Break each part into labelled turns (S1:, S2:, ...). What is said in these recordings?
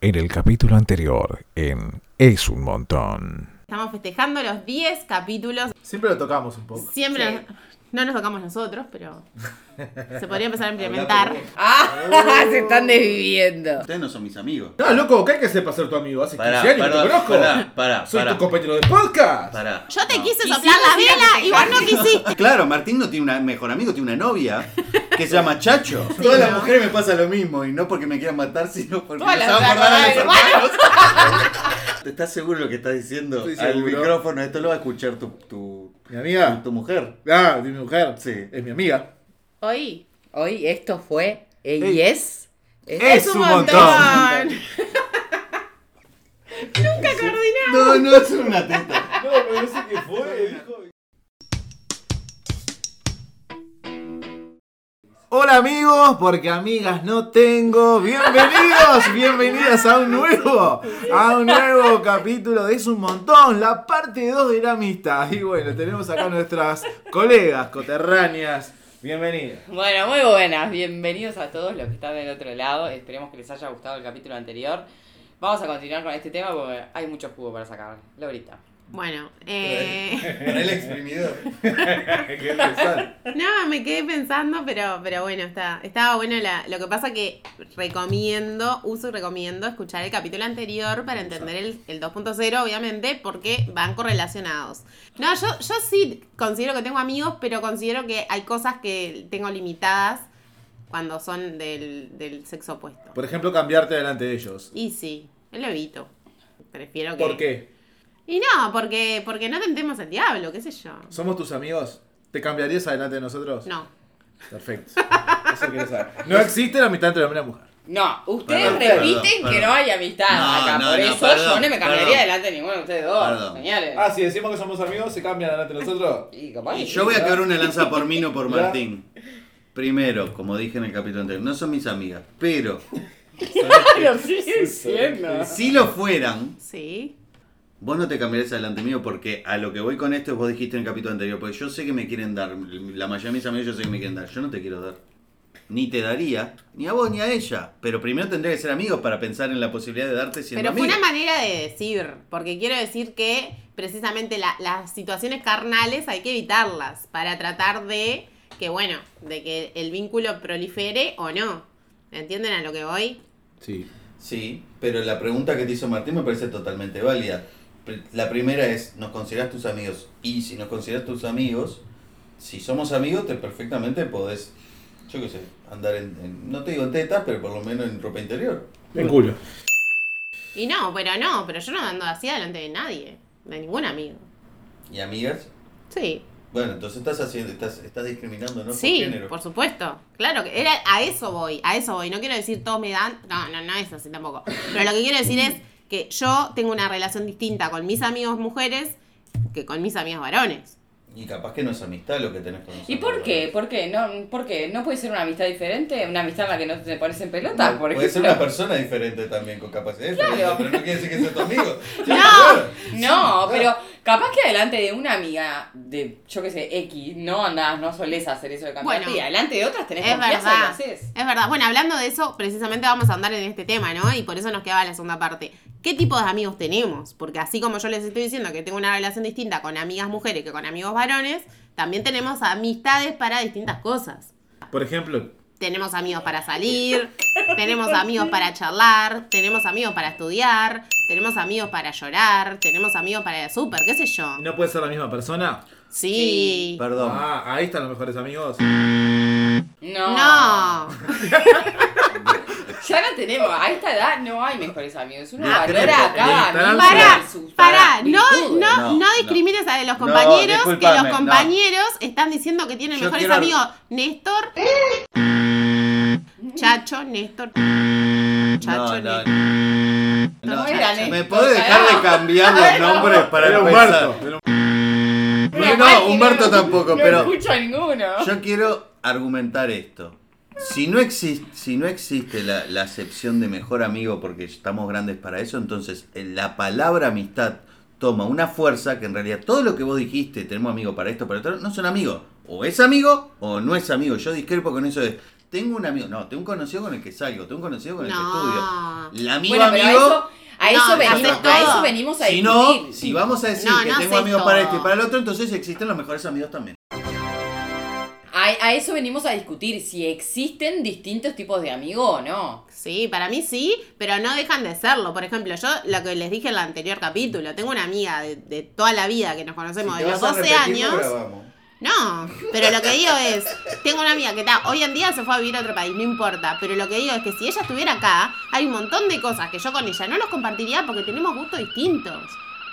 S1: en el capítulo anterior en Es un montón.
S2: Estamos festejando los 10 capítulos.
S3: Siempre lo tocamos un poco.
S2: Siempre no nos tocamos nosotros, pero se podría empezar a implementar.
S4: Ah, se están
S5: Oh.
S4: desviviendo.
S5: Ustedes no son mis amigos.
S3: No, loco, ¿qué hay que sepa ser tu amigo? Hace 15
S5: Pará,
S3: años que te
S5: pará,
S3: conozco.
S5: pará, pará,
S3: Soy
S5: pará.
S3: tu compañero de podcast.
S5: Para.
S2: Yo te quise soplar la vela y vos no quisiste.
S5: Claro, Martín no tiene una mejor amigo, tiene una novia que se llama Chacho. Todas las mujeres me pasa lo mismo y no porque me quieran matar, sino porque
S4: Todas
S5: me
S4: las
S5: saben acordar a los
S4: mujeres,
S5: hermanos. ¿Te estás seguro de lo que estás diciendo?
S3: Estoy
S5: Al
S3: seguro.
S5: micrófono, esto lo va a escuchar tu, tu,
S3: Mi amiga.
S5: tu mujer.
S3: Ah, de mi mujer.
S5: Sí.
S3: Es mi amiga.
S2: Hoy
S4: Hoy esto fue el Yes.
S3: Es un montón.
S2: Nunca coordinamos.
S5: No, no, es una teta.
S3: No, pero no sé qué fue,
S6: Hola amigos, porque amigas no tengo. Bienvenidos, bienvenidas a un nuevo, a un nuevo capítulo de Es un montón, la parte 2 de la amistad. Y bueno, tenemos acá nuestras colegas coterráneas. Bienvenidas.
S4: Bueno, muy buenas. Bienvenidos a todos los que están del otro lado. Esperemos que les haya gustado el capítulo anterior. Vamos a continuar con este tema porque hay mucho jugo para sacar. Laurita.
S2: Bueno, eh,
S5: Para el exprimidor.
S6: Qué pesar.
S2: no, me quedé pensando, pero, pero bueno, está, estaba bueno. La, lo que pasa que recomiendo, uso y recomiendo escuchar el capítulo anterior para entender el, el 2.0, obviamente, porque van correlacionados. No, yo, yo sí considero que tengo amigos, pero considero que hay cosas que tengo limitadas cuando son del, del sexo opuesto.
S6: Por ejemplo, cambiarte delante de ellos.
S2: Y sí, lo evito. Prefiero que...
S6: ¿Por qué?
S2: Y no, porque, porque no tentemos al diablo, qué sé yo.
S6: ¿Somos tus amigos? ¿Te cambiarías adelante de nosotros?
S2: No.
S6: Perfecto. Eso quiero saber. No existe la amistad entre hombre y mujer.
S4: No, ustedes
S5: Perdón,
S4: repiten
S5: perdón,
S4: que
S5: perdón.
S4: no hay amistad
S5: No,
S4: acá.
S5: no,
S4: por
S5: no,
S4: eso
S5: perdón,
S4: yo no me cambiaría
S5: perdón.
S4: delante de ninguno de ustedes dos.
S5: Perdón.
S4: Señores.
S3: Ah, si decimos que somos amigos, se cambian delante de nosotros.
S4: Y capaz
S5: Y
S4: que-
S5: yo voy a quebrar una lanza por mí, no por Martín. Primero, como dije en el capítulo anterior, no son mis amigas, pero
S4: Lo sigue diciendo.
S5: si lo fueran,
S2: Sí.
S5: Vos no te cambiarías adelante mío porque a lo que voy con esto es vos dijiste en el capítulo anterior, porque yo sé que me quieren dar, la mayoría de mis amigos yo sé que me quieren dar, yo no te quiero dar. Ni te daría, ni a vos ni a ella. Pero primero tendría que ser amigos para pensar en la posibilidad de darte siendo
S2: Pero fue
S5: amigo.
S2: una manera de decir, porque quiero decir que precisamente la- las situaciones carnales hay que evitarlas para tratar de que, bueno, de que el vínculo prolifere o no. ¿Entienden a lo que voy?
S6: Sí.
S5: Sí, pero la pregunta que te hizo Martín me parece totalmente válida. Pr- La primera es, ¿nos consideras tus amigos? Y si nos consideras tus amigos, si somos amigos, te perfectamente podés, yo qué sé, andar en, en- no te digo en tetas, pero por lo menos en ropa interior.
S6: En culo.
S2: Y no, pero no, pero yo no ando así delante de nadie, de ningún amigo.
S5: Y amigas,
S2: Sí,
S5: Bueno, entonces estás haciendo, estás, estás discriminando, ¿no?
S2: sí,
S5: por género.
S2: por supuesto. Claro que era a eso voy, a eso voy. No quiero decir todos me dan, no, no, no es así tampoco. Pero lo que quiero decir es que yo tengo una relación distinta con mis amigos mujeres que con mis amigos varones.
S5: Y capaz que no es amistad lo que tenés con nosotros.
S4: ¿Y por qué? ¿Por qué? ¿No, ¿Por qué? ¿No puede ser una amistad diferente? ¿Una amistad en la que no te pones en pelota?
S5: No,
S4: por
S5: puede ser
S4: ejemplo?
S5: una persona diferente también con capacidad
S4: Claro.
S5: diferente, pero no quiere decir que sea tu amigo. Sí,
S2: No.
S4: No, pero capaz que adelante de una amiga de, yo qué sé, X, no andás, no solés hacer eso de cambiarte.
S2: Bueno.
S4: y adelante de otras tenés
S2: Es
S4: confianza y lo
S2: verdad.
S4: haces.
S2: Es verdad. Bueno, hablando de eso, precisamente vamos a andar en este tema, ¿no? Y por eso nos quedaba la segunda parte. ¿Qué tipo de amigos tenemos? Porque así como yo les estoy diciendo que tengo una relación distinta con amigas mujeres que con amigos varones, también tenemos amistades para distintas cosas.
S6: Por ejemplo,
S2: Tenemos amigos para salir, tenemos amigos para charlar, tenemos amigos para estudiar, tenemos amigos para llorar, tenemos amigos para el súper, qué sé yo.
S6: ¿no puede ser la misma persona?
S2: Sí.
S5: Perdón.
S6: Ah, ahí están los mejores amigos.
S4: No.
S2: No.
S4: Ya no tenemos, a esta edad no hay mejores amigos. Uno
S5: No creo
S4: valora
S5: que
S4: a cada
S6: tenés
S4: amigo
S2: Pará,
S4: por sus
S2: pará, no,
S4: virtudes.
S2: no,
S5: No,
S2: no
S5: no.
S2: discrimines a los
S5: No,
S2: compañeros, que los
S5: discúlpame, no.
S2: compañeros están diciendo que tienen
S5: Yo
S2: mejores
S5: quiero-
S2: amigos. Néstor. Chacho, Néstor. Chacho,
S5: no, no,
S2: Néstor.
S5: no.
S4: No era Ah,
S5: ¿Me
S4: Néstor,
S5: podés dejar de
S4: cagado.
S5: cambiar los nombres para
S6: Era
S5: empezar?
S6: Humberto. Era
S4: Una
S5: No,
S4: máquina,
S5: Humberto tampoco, pero...
S4: No escucho a ninguno.
S5: Yo quiero argumentar esto. Si no, existe, si no existe la, la acepción de mejor amigo porque estamos grandes para eso, entonces eh, la palabra amistad toma una fuerza que en realidad todo lo que vos dijiste, tenemos amigos para esto, para otro, no son amigos. O es amigo o no es amigo. Yo discrepo con eso de Tengo un amigo, no, tengo un conocido con el que salgo, tengo un conocido con el que estudio.
S2: No.
S5: La amigo
S4: Bueno, pero a
S5: amigo.
S4: eso, a eso
S2: No,
S4: venimos,
S2: haces
S4: a
S2: todo.
S4: eso venimos a
S5: Si no,
S4: discutir.
S5: si vamos a decir
S2: No,
S5: que
S2: no
S5: tengo
S2: haces
S5: amigos para
S2: todo.
S5: este y para el otro, entonces existen los mejores amigos también.
S4: A, a eso venimos a discutir si existen distintos tipos de amigo o no.
S2: Sí, para mí sí, pero no dejan de serlo. Por ejemplo, yo lo que les dije en el anterior capítulo, tengo una amiga de, de toda la vida que nos conocemos
S5: Si te
S2: de los
S5: vas a
S2: 12
S5: repetir, no
S2: años.
S5: grabamos.
S2: No, pero lo que digo es, tengo una amiga que está, hoy en día se fue a vivir a otro país, no importa, pero lo que digo es que si ella estuviera acá, hay un montón de cosas que yo con ella no los compartiría porque tenemos gustos distintos.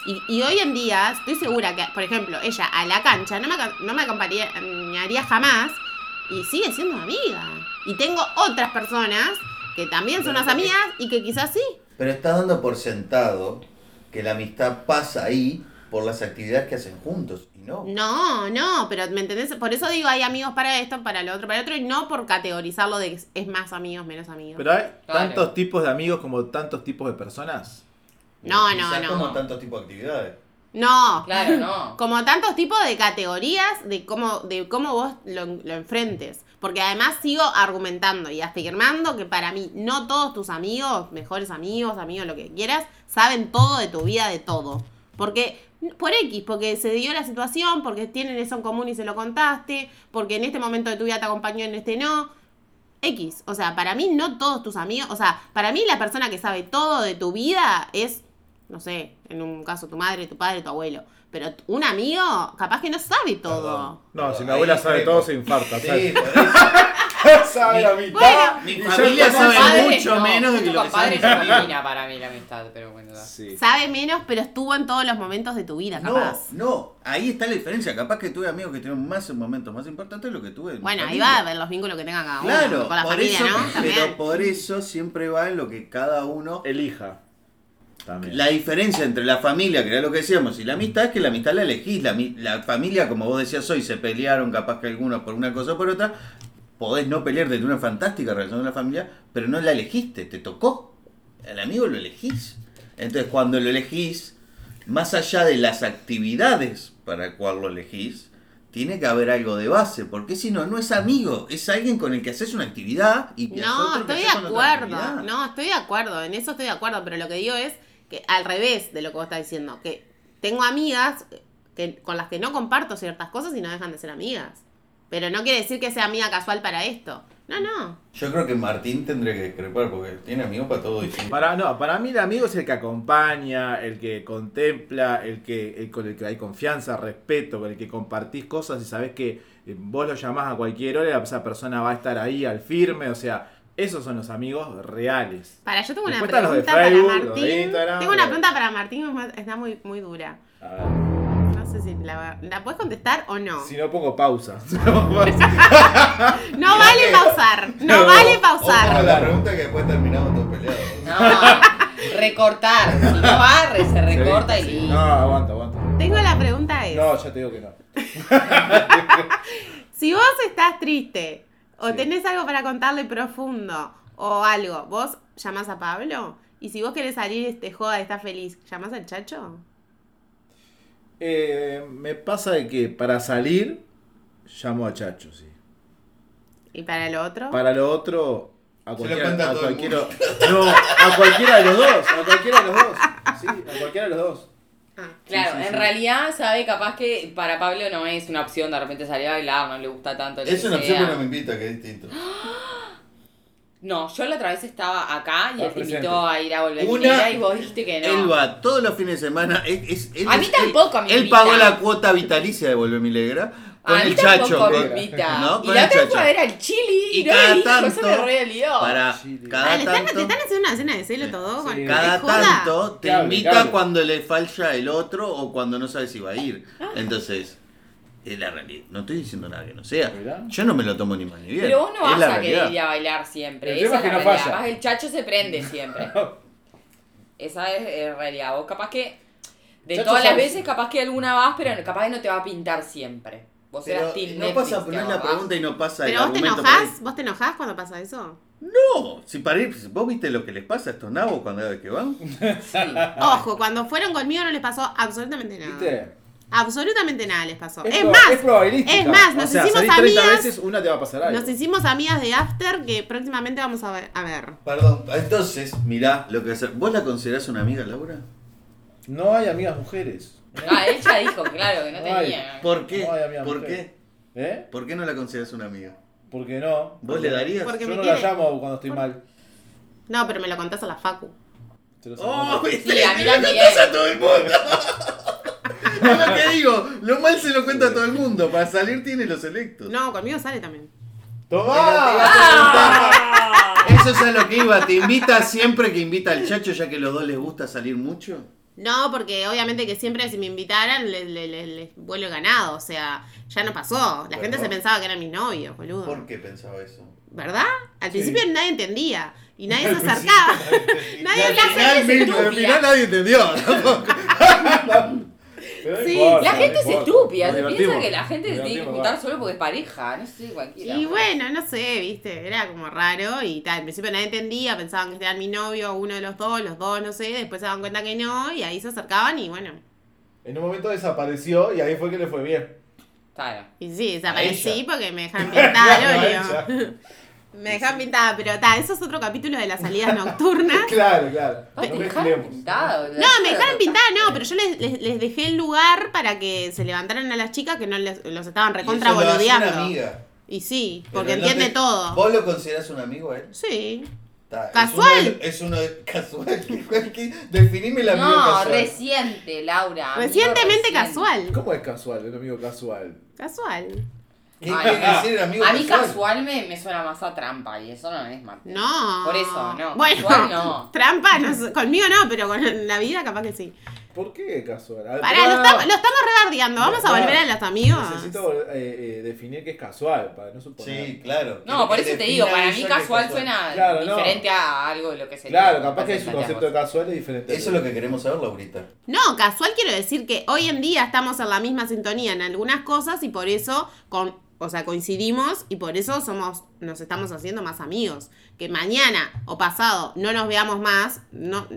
S2: Y, y hoy en día estoy segura que, por ejemplo, ella a la cancha no me, aca- no me acompañaría jamás y sigue siendo amiga. Y tengo otras personas que también son unas amigas y que quizás sí.
S5: Pero estás dando por sentado que la amistad pasa ahí por las actividades que hacen juntos. Y no.
S2: No, no, pero ¿me entendés? Por eso digo, hay amigos para esto, para lo otro, para lo otro, y no por categorizarlo de que es- es más amigos, menos amigos.
S6: Pero hay
S4: Claro.
S6: tantos tipos de amigos como tantos tipos de personas.
S2: No, no,
S5: Quizás
S2: no.
S5: como tantos tipos de actividades.
S2: No,
S4: Claro, no.
S2: como tantos tipos de categorías de cómo, de cómo vos lo, lo enfrentes. Porque además sigo argumentando y afirmando que para mí no todos tus amigos, mejores amigos, amigos, lo que quieras, saben todo de tu vida, de todo. Porque, por X, porque se dio la situación, porque tienen eso en común y se lo contaste, porque en este momento de tu vida te acompañó, en este no. X, o sea, para mí no todos tus amigos, o sea, para mí la persona que sabe todo de tu vida es, no sé, en un caso tu madre, tu padre, tu abuelo, pero t- un amigo capaz que no sabe todo.
S6: No, si mi
S5: Ahí
S6: abuela sabe
S5: discrepo.
S6: todo, se infarta.
S5: Sí,
S6: ¿sabes?
S5: por eso.
S3: Sabe la mitad.
S2: Bueno,
S5: Mi
S6: Y yo
S5: familia
S6: como
S5: sabe
S6: padre,
S5: mucho
S6: no.
S5: menos de
S4: Justo
S5: que lo
S4: con
S5: que
S4: padres
S5: sabe.
S4: no combina para mí la amistad, pero bueno. da.
S6: Sí.
S2: sabe menos, pero estuvo en todos los momentos de tu vida,
S5: No,
S2: capaz.
S5: no, ahí está la diferencia. Capaz que tuve amigos que tuvieron más en momentos más importantes de lo que tuve. en mi
S2: Bueno, ahí
S5: familia.
S2: va a ver los vínculos que tenga cada uno
S5: Claro,
S2: con la
S5: por
S2: familia,
S5: eso,
S2: ¿no?
S5: pero
S2: También.
S5: por eso siempre va en lo que cada uno.
S6: Elija. También.
S5: La diferencia entre la familia, que era lo que decíamos, y la amistad es que la amistad la elegís. La, mi- la familia, como vos decías hoy, se pelearon capaz que algunos por una cosa o por otra. Podés no pelear de una fantástica relación con la familia, pero no la elegiste, te tocó. El amigo lo elegís. Entonces, cuando lo elegís, más allá de las actividades para el cual lo elegís, tiene que haber algo de base, porque si no, no es amigo, es alguien con el que haces una actividad y te hace
S2: No,
S5: otro que
S2: estoy de
S5: haces con otra
S2: acuerdo.
S5: actividad.
S2: No, estoy de acuerdo. En eso estoy de acuerdo. Pero lo que digo es que al revés de lo que vos estás diciendo, que tengo amigas que, con las que no comparto ciertas cosas y no dejan de ser amigas. Pero no quiere decir que sea amiga casual para esto. No, no.
S5: Yo creo que Martín tendría que discrepar porque tiene amigos para todo distinto.
S6: Para, no, para mí el amigo es el que acompaña, el que contempla, el que el con el que hay confianza, respeto, con el que compartís cosas y sabés que eh, vos lo llamás a cualquier hora y esa persona va a estar ahí al firme, o sea, esos son los amigos reales.
S2: Para, yo tengo una
S6: Después están los de
S2: pregunta para
S6: Facebook, los de
S2: Martín.
S6: Instagram,
S2: Tengo una
S6: pero-
S2: pregunta para Martín, es más- está muy, muy dura.
S6: A ver,
S2: No sé si la, va- ¿la puedes contestar o no.
S6: si no pongo pausa.
S2: No vale pausar. No vale
S5: Ojo
S2: pausar.
S5: con la pregunta que después terminamos todos peleados.
S4: No, recortar. Si no barre, se recorta y
S6: No,
S4: listo.
S6: aguanta, aguanta.
S2: Tengo la pregunta es.
S6: No, ya te digo que no.
S2: Si vos estás triste o
S6: Sí.
S2: tenés algo para contarle profundo o algo, vos llamás a Pablo y si vos querés salir este joda, estás feliz, ¿llamás al chacho?
S6: Eh, me pasa de que para salir llamo a Chacho, sí.
S2: ¿Y para el otro?
S6: Para lo otro, a
S5: Se lo
S6: cualquiera,
S5: cuenta
S6: a
S5: todo el
S6: cualquiera- no, a cualquiera de los dos, a cualquiera de los dos. Sí, a cualquiera de los dos.
S4: Claro,
S6: Sí, sí,
S4: en
S6: sí.
S4: realidad sabe capaz que para Pablo no es una opción de repente salir a bailar, no le gusta tanto. lo
S5: Es
S4: que
S5: una opción
S4: sea.
S5: que no me invita, que es distinto.
S4: No, yo la otra vez estaba acá y
S3: Ah,
S4: él te
S3: presente.
S4: invitó a ir a volver
S5: Una-
S4: y vos dijiste que no.
S5: Él va todos los fines de semana. Es, es- él
S4: A mí
S5: es-
S4: tampoco me
S5: Él, él
S4: invita.
S5: pagó la cuota vitalicia de Volver Milegra con
S4: a mí
S5: el chacho.
S4: tampoco me
S5: con-
S4: invita.
S5: ¿no?
S4: y
S5: Con
S4: la otra
S5: el
S4: vez
S5: chacho.
S4: fue a ver al chili y,
S5: Y
S4: no
S5: cada
S4: le dije, eso me
S5: tanto,
S4: re dolió.
S5: Para
S6: Sí, digo.
S5: cada
S4: Ah,
S2: Dale, están, te
S5: tanto.
S2: están haciendo una cena de celo todo
S6: Sí.
S2: con
S5: Cada
S2: ¿es joda?
S5: tanto te
S6: Cable,
S5: invita
S6: cable.
S5: cuando le falla el otro o cuando no sabe si va a ir.
S4: Ah.
S5: Entonces, es la realidad. No estoy diciendo nada que no sea.
S6: ¿Verdad?
S5: Yo no me lo tomo ni mal ni bien.
S4: Pero vos no
S5: Es
S4: vas
S5: la
S4: a querer
S5: realidad.
S4: ir a bailar siempre.
S6: El
S4: Esa
S6: tema
S4: es
S6: es
S4: la
S6: que no
S4: realidad.
S6: falla.
S4: Capaz el chacho se prende siempre. Esa es eh, realidad. Vos capaz que. De
S3: Chacho
S4: todas las
S3: sabe.
S4: veces, capaz que alguna vas, pero capaz que no te va a pintar siempre. Vos
S5: Pero
S4: eras team
S5: no
S4: Netflix,
S5: pasa
S4: que
S5: poner
S4: vas.
S5: la pregunta y no pasa el
S2: Pero vos te
S5: argumento. para
S2: enojás, vos te enojás cuando pasa eso.
S5: ir. No, si para ir, si vos viste lo que les pasa a estos nabos cuando cada vez que van.
S4: Sí.
S2: Ojo, cuando fueron conmigo no les pasó absolutamente nada.
S6: ¿Viste?
S2: absolutamente nada les pasó. Es,
S3: proba-
S2: más,
S3: es probabilística.
S2: es más,
S6: O
S2: nos
S6: sea,
S2: hicimos
S6: salís 30
S2: amigas.
S6: veces, una te va a pasar algo.
S2: Nos hicimos amigas de After que próximamente vamos a ver. A ver.
S5: Perdón, entonces, mirá lo que hacer. ¿Vos la considerás una amiga, Laura?
S7: No hay amigas mujeres.
S4: Ah, ella dijo, claro, que no
S7: Ay,
S4: tenía.
S5: ¿Por qué?
S7: Ay, amiga,
S5: ¿Por
S7: mujer.
S5: qué?
S7: ¿Eh?
S5: ¿Por qué no la considerás una amiga?
S7: ¿Por qué no?
S5: ¿Vos le darías?
S2: Porque-
S7: Yo
S2: me
S7: no la
S2: quiere.
S7: llamo cuando estoy mal.
S2: No, pero me lo contás a la Facu.
S7: Se los
S5: ¡Oh,
S7: hago.
S5: viste!
S4: Sí, a mí
S5: ¡Le
S4: también.
S5: contás a todo el mundo! es lo que digo, lo mal se lo cuenta a todo el mundo. Para salir tiene los electos.
S2: No, conmigo sale también.
S5: Ah.
S4: Ah.
S2: Ah.
S5: Eso es a lo que iba. Te invita siempre que invita al chacho, ya que los dos les gusta salir mucho.
S2: No, porque obviamente que siempre si me invitaran les le, le- les vuelo ganado. O sea, ya no pasó. La gente se pensaba que eran mis novios, boludo.
S5: ¿Por qué pensaba eso?
S2: ¿Verdad? Al principio nadie entendía y nadie se acercaba. nadie hablaba de
S5: Al final nadie entendió.
S7: Pero no
S2: Sí,
S7: importa,
S4: La
S7: no
S4: gente es
S7: importa.
S4: estúpida,
S7: Nos
S4: se piensa
S7: divertimos.
S4: que la gente se
S7: Nos
S4: tiene que
S7: divertimos,
S4: juntar
S7: va.
S4: solo porque es pareja, no sé, cualquiera.
S2: Y bueno, no sé, viste, era como raro y tal. Al principio nadie entendía, pensaban que eran mi novio, uno de los dos, los dos, no sé. Después se daban cuenta que no y ahí se acercaban y bueno.
S7: En un momento desapareció y ahí fue que le fue bien.
S4: Claro.
S2: Y sí,
S7: A
S2: desaparecí
S7: ella.
S2: porque me dejan pintada,
S7: No, a
S2: boludo. Me dejan pintada, pero ta, eso es otro capítulo de las salidas nocturnas.
S7: Claro, claro.
S4: Ay,
S7: No
S4: te dejaron
S7: mezclemos.
S4: pintado.
S2: No, me dejaron pintada, no, pero yo les, les- les dejé el lugar para que se levantaran a las chicas que no les- los estaban recontra
S5: Eso lo hace una
S2: boludeando.
S5: amiga.
S2: Y sí,
S5: Pero
S2: porque
S5: no
S2: entiende
S5: te-
S2: todo.
S5: ¿Vos lo considerás un amigo a él?
S2: Sí.
S5: Está, es
S2: ¿Casual?
S5: uno de- Es uno de. Casual. cualquier- Definime el amigo
S4: No,
S5: casual.
S4: reciente, Laura. amigo,
S2: Recientemente
S4: reciente.
S2: casual.
S7: ¿Cómo es casual, un amigo casual?
S2: Casual.
S5: ¿Qué
S4: Ay,
S5: quiere
S4: no.
S5: decir el amigo
S4: A mí casual me, me suena más a trampa y eso no es Martín.
S2: No.
S4: Por eso, no.
S2: Bueno,
S4: Casual, no.
S2: trampa, no sé, conmigo no, pero con la vida capaz que sí.
S7: ¿Por qué casual? A ver,
S2: Pará, lo
S6: Ah,
S2: estamos, lo estamos rebardeando. Vamos a
S7: Pará.
S2: volver a los amigos.
S7: Necesito eh, eh, definir qué es casual, para no suponer.
S5: Sí, claro.
S4: No, por
S5: Que
S4: eso te
S5: defina
S4: digo, para
S5: ella
S4: mí
S5: que es
S4: casual suena
S7: Claro, no.
S4: diferente a algo de lo que se
S7: Claro,
S4: lo
S7: capaz que
S4: se
S7: su
S4: planteamos.
S7: concepto de casual es diferente.
S5: Eso es lo que queremos saber, Laurita.
S2: No, casual quiero decir que hoy en día estamos en la misma sintonía en algunas cosas y por eso con, o sea, coincidimos y por eso somos, nos estamos haciendo más amigos. Que mañana o pasado no nos veamos más, no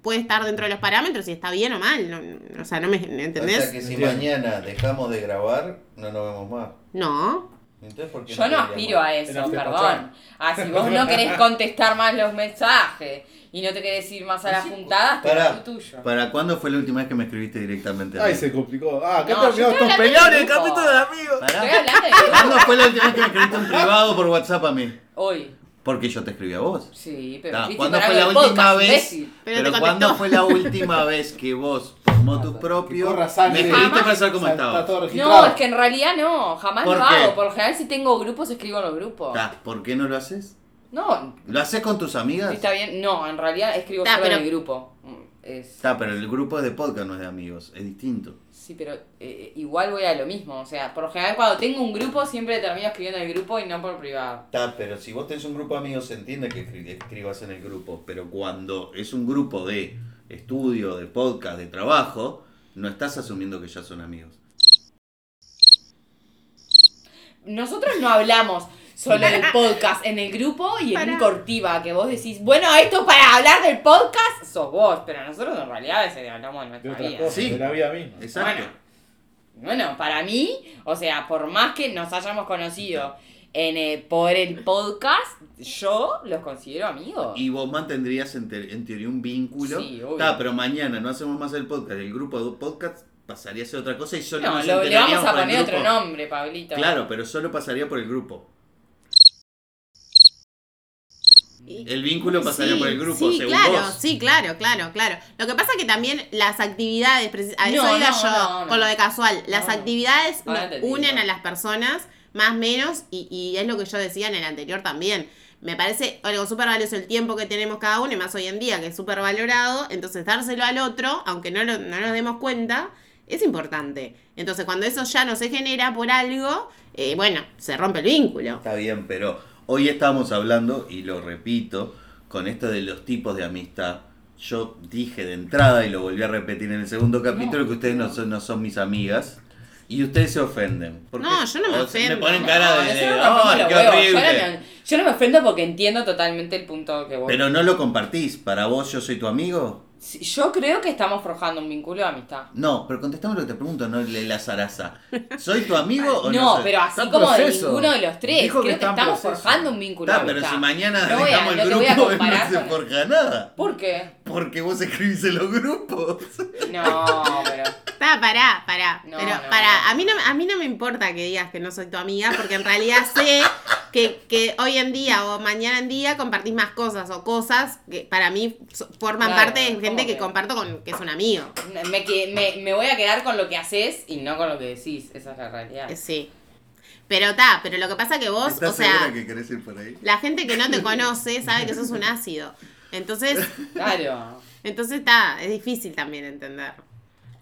S2: puede estar dentro de los parámetros y está bien o mal. no- o sea, no me
S5: O
S2: entendés.
S5: sea que si
S7: Entiendo.
S5: mañana dejamos de grabar, no nos vemos más.
S2: No.
S5: Entonces, ¿por qué
S4: Yo no
S5: queríamos?
S4: aspiro a
S7: Pero
S4: eso,
S7: te
S4: perdón. Ah, si vos no querés contestar más los mensajes y no te querés ir más a las juntadas, te
S5: Pará.
S4: lo tuyo.
S5: ¿Para cuándo fue la última vez que me escribiste directamente? a mí?
S7: Ay, se complicó. Ah, acá
S4: No, yo
S7: terminamos
S4: estoy
S7: con
S4: hablando
S7: pelear
S4: de
S7: el
S4: grupo.
S7: capítulo de amigos.
S5: Pará.
S4: Estoy hablando de
S5: ¿Cuándo fue la última vez que me escribiste en privado por WhatsApp a mí?
S4: hoy.
S5: Porque yo te escribí a vos.
S4: Sí, pero
S5: Ta,
S4: fuiste
S5: ¿Cuándo
S4: para
S5: fue
S4: algo
S5: la
S4: del
S5: última
S4: podcast,
S5: vez?
S4: imbécil.
S2: Pero te
S5: Pero,
S2: contestó.
S5: ¿cuándo fue la última vez que vos, por motus propio,
S7: Ah, corra sangre.
S5: me escribiste para saber
S7: O
S5: cómo
S7: sea,
S5: estabas?
S7: Está todo registrado.
S4: No, es que en realidad no, jamás
S5: ¿Por
S4: lo
S5: qué?
S4: hago. Por lo general, si tengo grupos, escribo en los grupos.
S5: Ta, ¿Por qué no lo haces?
S4: No,
S5: ¿Lo haces con tus amigas?
S4: está bien. No, en realidad escribo
S2: Ta,
S4: solo
S2: pero-
S4: en el grupo. Mm, Es...
S5: Está, pero el grupo es de podcast, no es de amigos, es distinto.
S4: Sí, pero eh, igual voy a lo mismo. O sea, por lo general, cuando tengo un grupo, siempre termino escribiendo en el grupo y no por privado.
S5: Está, pero si vos tenés un grupo de amigos, se entiende que escri- escribas en el grupo, pero cuando es un grupo de estudio, de podcast, de trabajo, no estás asumiendo que ya son amigos.
S4: Nosotros no hablamos solo del podcast, en el grupo y en
S2: Pará.
S4: un cortiva, que vos decís, bueno, esto es para hablar del podcast, sos vos, pero nosotros en realidad a veces hablamos de
S7: De
S4: nuestra
S7: otras
S4: vida.
S7: cosas,
S5: Sí.
S7: de la vida misma.
S5: Exacto.
S4: Bueno. Bueno, para mí, o sea, por más que nos hayamos conocido en, eh, por el podcast, yo los considero amigos.
S5: Y vos mantendrías en, te- en teoría un vínculo.
S4: Sí, obvio.
S5: Está, pero mañana no hacemos más el podcast, el grupo de podcast pasaría a ser otra cosa y solo
S4: no, lo-
S5: nos
S4: le vamos
S5: enteraríamos
S4: a
S5: por el
S4: poner otro
S5: grupo.
S4: nombre, Pablito.
S5: Claro, pero solo pasaría por el grupo. El vínculo pasaría por el grupo,
S2: sí,
S5: según
S2: claro,
S5: vos.
S2: sí, claro, claro, claro. Lo que pasa que también las actividades, preci- a eso
S4: No,
S2: iba
S4: no,
S2: yo
S4: no, no.
S2: con lo de casual, las
S4: No.
S2: actividades
S4: Ahora
S2: nos
S4: entendí,
S2: unen
S4: no.
S2: a las personas más menos y, y es lo que yo decía en el anterior también. Me parece algo súper valioso el tiempo que tenemos cada uno y más hoy en día que es súper valorado, entonces dárselo al otro, aunque no, lo- no nos demos cuenta, es importante. Entonces cuando eso ya no se genera por algo, eh, bueno, se rompe el vínculo.
S5: Está bien, pero hoy estábamos hablando, y lo repito, con esto de los tipos de amistad. Yo dije de entrada, y lo volví a repetir en el segundo capítulo, que ustedes no son, no son mis amigas. Y ustedes se ofenden. Porque-
S2: No, yo no me
S5: o sea,
S2: ofendo.
S5: Me ponen cara
S4: No,
S5: de.
S4: nosotros
S5: de,
S4: nos rompemos
S5: "Ay,
S4: los
S5: qué
S4: huevos. Yo,
S5: horrible".
S4: ahora me- Yo no me ofendo porque entiendo totalmente el punto que vos.
S5: Pero no lo compartís. ¿Para vos yo soy tu amigo?
S4: Sí, Yo creo que estamos forjando un vínculo de amistad.
S5: No, pero contestame lo que te pregunto, no le la zaraza. ¿Soy tu amigo o
S4: No,
S5: no? soy?
S4: pero así
S7: Está en
S4: como de
S7: proceso.
S4: ninguno de los tres.
S7: Dijo que
S4: creo que,
S7: está en
S4: estamos
S7: proceso.
S4: forjando un vínculo
S5: Está,
S4: de
S5: pero
S4: amistad.
S5: si mañana
S4: No voy a-
S5: dejamos el
S4: no te voy a
S5: grupo no
S4: comparar
S5: se
S4: con-
S5: forja nada.
S4: ¿Por qué?
S5: Porque vos escribís en los grupos.
S4: No, pero.
S2: Está, pará, pará.
S4: No,
S2: pero
S4: no,
S2: pará,
S4: no.
S2: A, mí no, a mí no me importa que digas que no soy tu amiga, porque en realidad sé que, que hoy en día o mañana en día compartís más cosas o cosas que para mí so- forman
S4: Claro,
S2: parte de
S4: ¿cómo
S2: gente que,
S4: que?
S2: comparto con que es un amigo.
S4: Me, que- me, me voy a quedar con lo que haces y no con lo que decís. Esa es la realidad.
S2: Eh, Sí. Pero está, pero lo que pasa que vos,
S5: ¿Estás
S2: o sea,
S5: segura que querés ir por ahí?
S2: la gente que no te conoce sabe que sos un ácido. Entonces,
S4: Claro.
S2: entonces está, es difícil también entender.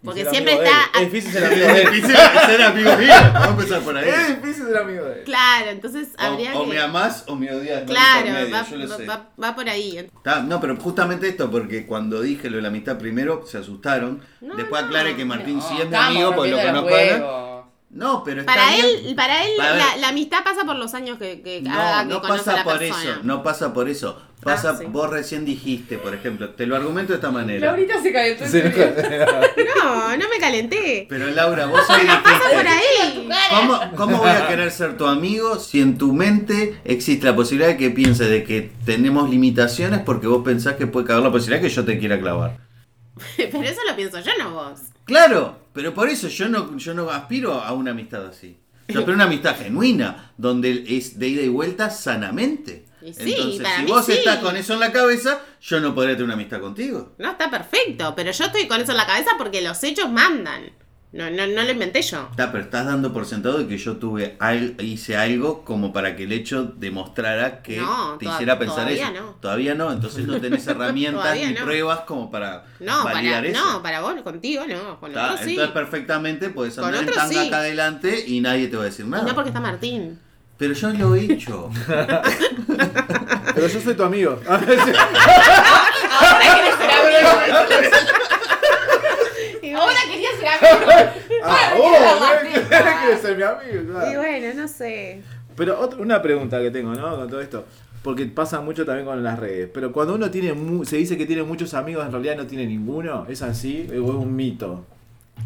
S2: Porque
S7: Es el
S2: siempre
S7: amigo de él.
S2: está.
S7: Es difícil ser amigo de
S5: Es
S7: él.
S5: difícil ser amigo mío. Vamos a empezar por ahí.
S7: Es difícil ser amigo de él.
S2: Claro, entonces habría
S5: O, o
S2: que.
S5: me amás o me odias. no
S2: Claro,
S5: intermedio,
S2: va,
S5: yo lo sé.
S2: va- va por ahí.
S5: Está, no, pero justamente esto, porque cuando dije lo de la amistad primero, se asustaron.
S2: No,
S5: Después
S2: no.
S5: aclaré que Martín sí es mi
S4: estamos
S5: amigo, porque lo
S4: rompiendo los
S5: conozco. a él.
S4: huevos.
S5: No, pero está
S2: Para
S5: bien.
S2: él, para él
S5: Para
S2: la,
S5: ver.
S2: la amistad pasa por los años que, que haga
S5: No,
S2: que
S5: no
S2: conoce a
S5: pasa
S2: la
S5: por
S2: persona. Ah,
S5: eso, no pasa por eso. Pasa,
S2: sí.
S5: vos recién dijiste, por ejemplo, te lo argumento de esta manera.
S4: Laurita se calentó.
S7: Sí,
S4: en serio.
S2: No, no me calenté.
S5: Pero Laura, vos hoy
S2: Pasa por
S5: dijiste,
S2: ahí.
S5: ¿cómo, ¿cómo voy a querer ser tu amigo si en tu mente existe la posibilidad de que pienses de que tenemos limitaciones porque vos pensás que puede caber la posibilidad que yo te quiera clavar?
S2: Pero eso lo pienso yo, no vos.
S5: Claro, pero por eso yo no, yo no aspiro a una amistad así. Yo aspiro a una amistad genuina, donde es de ida y vuelta sanamente.
S2: Y sí,
S5: Entonces,
S2: para
S5: si
S2: mí
S5: vos
S2: sí.
S5: estás con eso en la cabeza, yo no podría tener una amistad contigo.
S2: No, está perfecto. Pero yo estoy con eso en la cabeza porque los hechos mandan. No, no, no lo inventé yo.
S5: Está, pero estás dando por sentado de que yo tuve al- hice algo como para que el hecho demostrara que
S2: No,
S5: te
S2: toda-
S5: hiciera pensar
S2: todavía
S5: eso.
S2: no.
S5: Todavía no, entonces no tenés herramientas
S2: Todavía
S5: ni
S2: no.
S5: pruebas como para
S2: No,
S5: validar
S2: para,
S5: eso.
S2: no, para vos, contigo, no. Con
S5: Está,
S2: otros sí.
S5: Entonces perfectamente puedes
S2: Con
S5: andar en
S2: otros
S5: tanga
S2: sí.
S5: acá adelante y nadie te va a decir
S2: Y
S5: nada.
S2: no porque está Martín.
S5: Pero yo lo he hecho.
S7: Pero yo soy tu amigo.
S4: Ahora quería ser amigo.
S2: Y
S4: Ahora quería ser amigo.
S7: Ah,
S4: Ay,
S7: oh,
S4: qué
S7: ¿ves?
S4: dramática.
S7: ¿Quieres ser mi amigo? Claro.
S2: bueno, no sé.
S7: Pero otra- una pregunta que tengo, ¿no? Con todo esto. Porque pasa mucho también con las redes. Pero cuando uno tiene mu- se dice que tiene muchos amigos, en realidad no tiene ninguno. ¿Es así? ¿O es un mito?